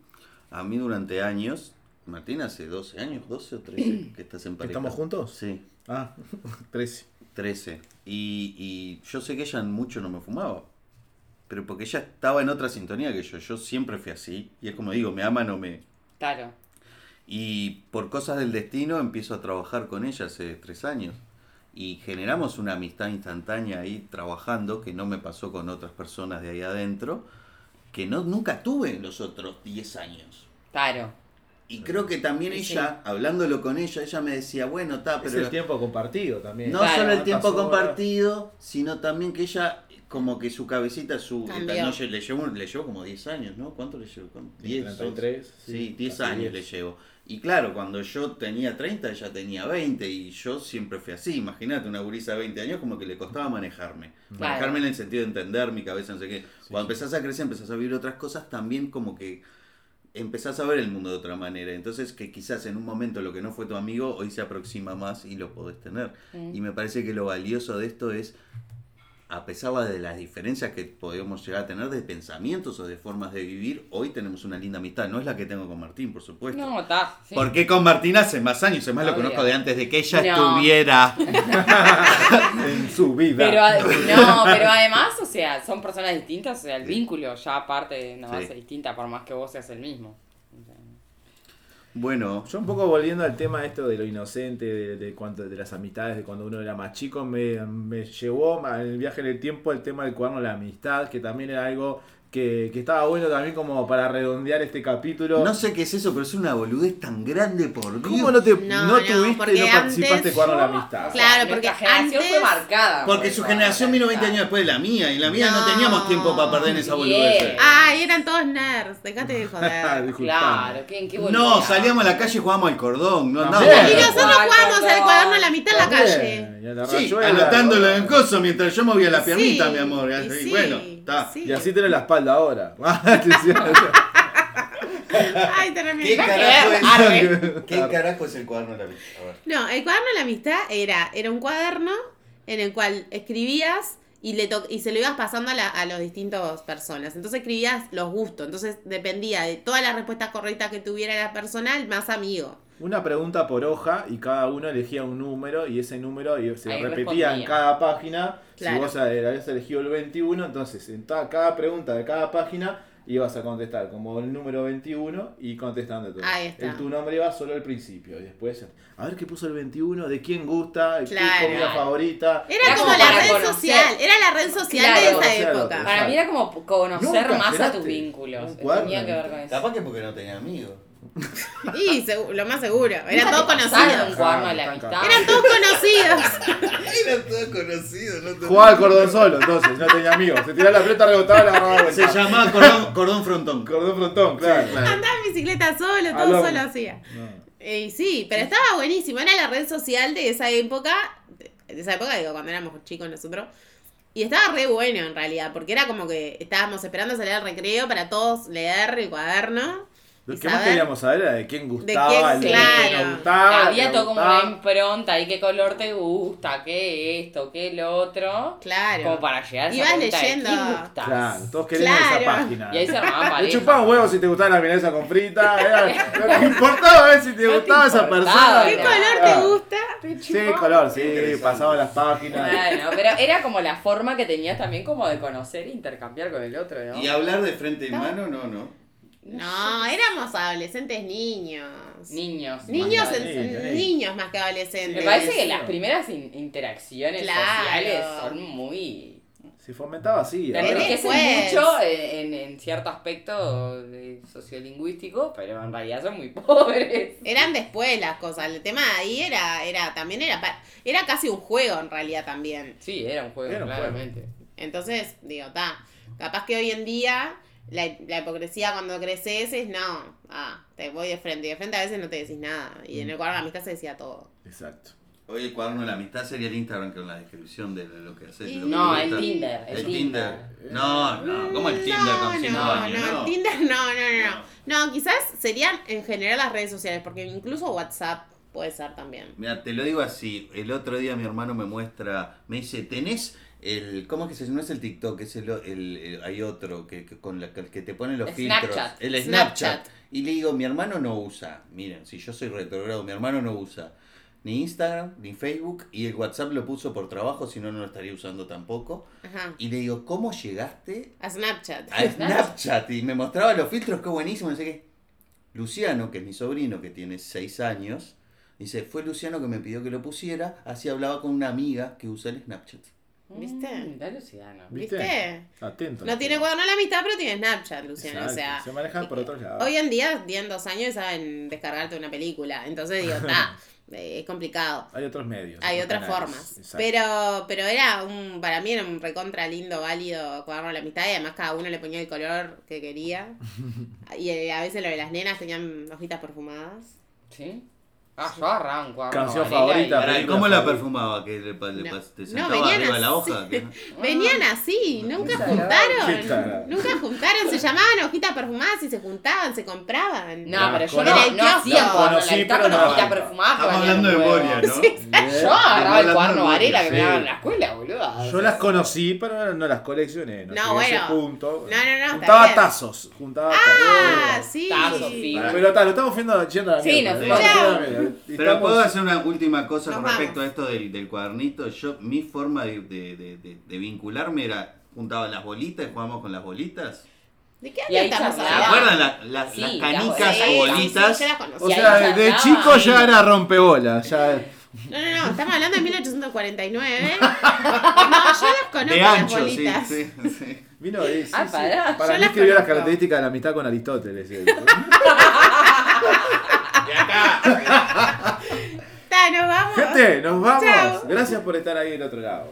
S5: A mí durante años, Martín hace 12 años, 12 o 13 que estás en pareja.
S7: estamos juntos?
S5: Sí,
S7: Ah, 13.
S5: 13. Y, y yo sé que ella mucho no me fumaba, pero porque ella estaba en otra sintonía que yo, yo siempre fui así, y es como digo, me aman o me...
S4: Claro.
S5: Y por cosas del destino empiezo a trabajar con ella hace tres años. Y generamos una amistad instantánea ahí trabajando, que no me pasó con otras personas de ahí adentro, que no, nunca tuve en los otros 10 años.
S4: Claro.
S5: Y creo que también
S4: Sí, sí.
S5: ella, hablándolo con ella, ella me decía, bueno, está,
S7: Es
S5: pero...
S7: el tiempo compartido también.
S5: No
S4: Claro,
S5: solo el tiempo
S7: pasó,
S5: compartido, sino también que ella, como que su cabecita, su...
S2: Cambió.
S5: no, le, llevó, le llevó como 10 años, ¿no? ¿Cuánto le llevó? ¿Cuánto? 10,
S7: 33,
S5: Sí,
S7: sí,
S5: 10
S7: casi 10.
S5: años le llevo. Y claro, cuando yo tenía 30, ella tenía 20 y yo siempre fui así. Imagínate, una gurisa de 20 años como que le costaba manejarme.
S4: Claro.
S5: Manejarme en el sentido de entender mi cabeza, no sé qué. Cuando empezás a crecer, empezás a vivir otras cosas, también como que empezás a ver el mundo de otra manera. Entonces que quizás en un momento lo que no fue tu amigo, hoy se aproxima más y lo podés tener.
S4: Mm.
S5: Y me parece que lo valioso de esto es, a pesar de las diferencias que podemos llegar a tener de pensamientos o de formas de vivir, hoy tenemos una linda amistad. No es la que tengo con Martín, por supuesto.
S4: No, está. sí.
S5: Porque con Martín hace más años, además lo
S4: Obvio.
S5: conozco de antes de que ella
S4: No.
S5: estuviera.
S7: En su vida.
S4: Pero, ad- no, pero además, o sea, son personas distintas, o sea, el vínculo ya aparte de una
S5: Sí.
S4: base distinta, por más que vos seas el mismo. O sea,
S5: Bueno,
S7: Yo un poco volviendo al tema esto de lo inocente, de, de cuanto, de las amistades, de cuando uno era más chico, me, me llevó en el viaje en el tiempo el tema del cuaderno de la amistad, que también era algo que, que estaba bueno también como para redondear este capítulo.
S5: no sé qué es eso, pero es una boludez tan grande por Dios.
S7: ¿Cómo no, te,
S2: No,
S7: no,
S2: no,
S7: tuviste
S2: porque
S7: y no participaste
S2: antes
S7: en cuaderno de la amistad?
S2: Claro, porque
S4: nuestra generación
S2: antes-
S4: fue marcada.
S5: Porque su generación vino 20 años después de la mía y la mía no,
S2: No.
S5: teníamos tiempo para perder en esa
S4: Bien.
S5: boludez.
S2: Ay, eran todos nerds, dejate de joder.
S7: Ah, Disculpame.
S4: Claro, ¿qué, en qué
S5: No,
S4: boludeaba?
S5: salíamos a la calle y jugábamos al cordón, no
S7: También.
S5: andábamos.
S2: Y
S7: Claro.
S2: nosotros jugábamos al cuaderno a la mitad en la calle.
S7: También, y a la
S5: Sí,
S7: rayuela.
S5: anotándolo en el coso mientras yo movía la
S2: Sí,
S5: piernita, mi amor.
S2: y
S5: Y
S2: sí,
S5: bueno, está.
S2: sí.
S7: Y así tenés la espalda ahora. Ah, Te decía-
S2: Ay, te
S8: ¿Qué
S2: remil-
S8: carajo, es,
S4: Arre.
S8: ¿Qué carajo es el cuaderno de la vida? A ver.
S2: No, el cuaderno de la amistad era, era un cuaderno en el cual escribías y, le to- y se lo ibas pasando a, la- a los distintos personas. Entonces escribías los gustos. Entonces dependía de todas las respuestas correctas que tuviera la persona, el más amigo.
S7: Una pregunta por hoja y cada uno elegía un número y ese número y- se
S4: Ahí
S7: repetía en
S4: respondía.
S7: cada página.
S2: Claro.
S7: Si vos eh, habías elegido el 21, entonces en toda, cada pregunta de cada página ibas a contestar como el número 21 y contestando todo.
S2: Ahí está.
S7: El- tu nombre iba solo al principio y después a ver qué puso el 21, de quién gusta, de
S2: Claro.
S7: qué comida favorita.
S2: Era,
S4: Era
S2: como,
S4: como
S2: la
S4: para
S2: red
S4: conocer.
S2: social, era la red social
S4: Claro.
S2: de esa
S7: Conocer al
S2: época.
S7: otro.
S4: Para mí era como conocer
S7: Nunca
S4: más a
S7: llegaste
S4: tus vínculos.
S7: a un cuaderno.
S4: Tenía que ver con eso.
S8: Capaz que porque no tenía amigos.
S2: Y segu- lo más seguro. Eran
S4: Nunca
S2: todos
S4: te pasaron
S2: conocidos.
S4: un cuerno de la
S7: Nunca.
S4: amistad.
S2: Eran todos conocidos.
S5: Era todo conocido, no te-
S7: Jugaba al cordón solo, entonces, no tenía amigos. Se tiraba la pelota, rebotaba la agarraba de
S9: Se
S7: vuelta.
S9: llamaba cordón, cordón frontón.
S7: Cordón frontón, claro.
S2: Andaba en bicicleta solo,
S7: Al
S2: todo
S7: hombro.
S2: solo hacía. Y Eh, sí, pero estaba buenísimo. Era la red social de esa época. De de esa época, digo, cuando éramos chicos nosotros. Y estaba re bueno en realidad, porque era como que estábamos esperando salir al recreo para todos leer el cuaderno.
S7: Lo
S2: y
S7: que más
S2: saber-
S7: queríamos saber era de quién gustaba,
S2: ¿eh? quién,
S7: el de quién
S2: claro.
S7: nos gustaba.
S4: Había
S7: le
S4: todo como
S7: gustaba.
S4: una impronta y qué color te gusta, qué esto, qué el otro.
S2: Claro.
S4: Como para llegar a esa
S2: Ibas
S4: pregunta de
S2: leyendo.
S4: ¿quién gustás?
S7: Claro, todos queríamos esa
S2: Claro.
S7: página.
S4: Y ahí se armaban
S7: Le
S4: parejas.
S7: chupaban huevos si te gustaba la milanesa con frita. Era, no te importaba ver si te
S4: No te
S7: gustaba esa
S4: importaba,
S7: persona.
S2: ¿Qué
S4: Claro.
S2: color
S7: Ah.
S2: te gusta?
S7: Sí, color, sí,
S5: Interesante.
S7: pasaba las páginas.
S4: Bueno, pero era como la forma que tenías también como de conocer e intercambiar con el otro, ¿no?
S5: Y hablar de frente en mano, no, no.
S2: No, éramos adolescentes niños.
S4: Niños.
S2: Niños,
S4: más
S2: en-
S4: grandes.
S7: niños,
S2: niños,
S7: sí.
S2: más que adolescentes.
S4: Me parece que las primeras in- interacciones
S2: Claro.
S4: sociales son muy...
S7: Se fomentaba así.
S4: Te
S2: Tenés
S7: ahora-
S4: enriquecen
S2: pues.
S4: mucho en, en- en cierto aspecto eh, sociolingüístico, pero en realidad son muy pobres.
S2: Eran después las cosas. El tema de ahí era, era, también era, pa- era casi un juego en realidad también.
S4: Sí, era un juego,
S7: Era un juego.
S4: claramente.
S2: Entonces, digo, ta, capaz que hoy en día la, la hipocresía cuando creces es no, ah, te voy de frente. Y de frente a veces no te decís nada. Y en el cuadro de la amistad se decía todo.
S7: Exacto.
S5: Oye, el cuaderno de la amistad sería el Instagram con la descripción de lo que haces. de lo que
S4: No,
S5: te
S4: el
S5: gusta.
S4: Tinder. El,
S5: El Tinder. No, no, Ah, ¿cómo el Tinder con
S2: no,
S5: sinónimo?
S2: no,
S5: No.
S2: Tinder no, no, no, no. No, quizás serían en general las redes sociales, porque incluso WhatsApp puede ser también.
S5: Mira, te lo digo así. El otro día mi hermano me muestra, me dice, ¿tenés el. ¿Cómo es que se llama? No es el TikTok, es el. el- el- hay otro que, que- con la, que que te pone los
S4: Snapchat.
S5: filtros. El Snapchat.
S2: Snapchat.
S5: Y le digo, mi hermano no usa. Miren, si yo soy retrogrado, mi hermano no usa ni Instagram, ni Facebook. Y el WhatsApp lo puso por trabajo, si no, no lo estaría usando tampoco.
S2: Ajá.
S5: Y le digo, ¿cómo llegaste
S2: A Snapchat.
S5: a Snapchat y me mostraba los filtros, qué buenísimo, no sé qué. Luciano, que es mi sobrino, que tiene 6 años, dice, fue Luciano que me pidió que lo pusiera, así hablaba con una amiga que usa el Snapchat.
S2: ¿Viste?
S4: Mm, da Luciano.
S7: ¿Viste?
S2: ¿Viste?
S7: Atento.
S2: No tiene cuaderno de la amistad, pero tiene Snapchat, Luciano.
S7: Exacto,
S2: O sea,
S7: Se maneja por otros lados.
S2: hoy en día tienen dos años y saben descargarte una película. Entonces digo, está, es complicado.
S7: Hay otros medios.
S2: Hay
S7: otros
S2: otras
S7: canales.
S2: formas.
S7: Exacto.
S2: Pero, pero era un, para mí era un recontra lindo, válido cuaderno de la amistad y además cada uno le ponía el color que quería. Y eh, a veces lo de las nenas tenían hojitas perfumadas.
S4: ¿Sí? Ah, yo arranco. arranco
S7: Canción
S4: Varela
S7: favorita.
S4: y-
S5: Pará, ¿y
S7: película
S5: ¿Cómo la
S7: favorita.
S5: perfumaba? ¿Que le, pa- le
S2: No.
S5: pa- te
S2: No,
S5: sentaba
S2: venían
S5: arriba de la
S2: así.
S5: hoja? ¿Qué?
S4: Ah.
S2: Venían así, nunca
S7: Qué tarado.
S2: juntaron. Nunca juntaron, se llamaban hojitas perfumadas y se juntaban, se compraban.
S4: No,
S7: Nah,
S4: pero yo
S7: con-
S4: no,
S2: el
S4: no hacía
S2: kiosco.
S4: cuando
S7: Conocí,
S4: la guitarra
S7: pero
S4: con
S7: no
S4: hojita
S7: arranco.
S4: perfumada.
S5: Estamos
S4: que valía
S5: hablando de
S4: un huevo.
S5: memoria, ¿no?
S4: Yo agarraba el
S5: hablando de
S4: cuerno
S5: memoria,
S4: varela que me
S5: sí.
S4: daban en la escuela, boludo.
S7: Yo las conocí, pero no las coleccioné. No,
S2: No,
S7: llegué a ese
S2: bueno.
S7: punto.
S2: No, no, no, está
S7: Juntaba
S2: bien.
S7: tazos. Juntaba
S2: Ah,
S7: tazos.
S2: sí.
S4: Tazos, sí.
S7: Para- Pero está, lo estamos viendo yendo a la
S4: Sí,
S7: mierda,
S4: nos
S7: estamos
S2: fuimos.
S7: yendo a la mierda. Y
S5: Pero
S7: estamos-
S5: puedo hacer una última cosa
S2: Nos
S5: con
S2: vamos.
S5: respecto a esto del, del cuadernito. Yo, mi forma de, de- de- de- de vincularme era, juntaba las bolitas y jugábamos con las bolitas.
S2: ¿De qué
S4: Y
S2: año
S4: ahí
S2: estamos
S4: se
S5: ¿Se
S4: Ah.
S2: hablando?
S5: acuerdan la- la-
S4: Sí,
S5: las
S4: las
S5: canicas
S2: Sí,
S5: o
S4: bolitas.
S5: bolitas?
S2: sí, yo las conocí.
S7: O sea, de, de chico ya era rompebola. Ya...
S2: No, no, no, estamos hablando de 1849. No, yo las conozco,
S5: de
S2: las
S5: ancho, sí,
S2: bolitas.
S5: sí, sí.
S7: Vino ahí. sí,
S4: Ah,
S7: sí.
S4: pará.
S2: Yo
S7: Para mí
S2: las
S7: escribió las
S2: conozco.
S7: características de la amistad con Aristóteles. eh. ¿sí?
S2: Ta, nos vamos.
S7: Gente, nos vamos.
S2: Chao.
S7: Gracias por estar ahí del otro lado.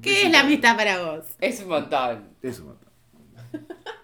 S2: ¿Qué es la amistad para vos?
S4: Es un montón.
S7: Es un montón.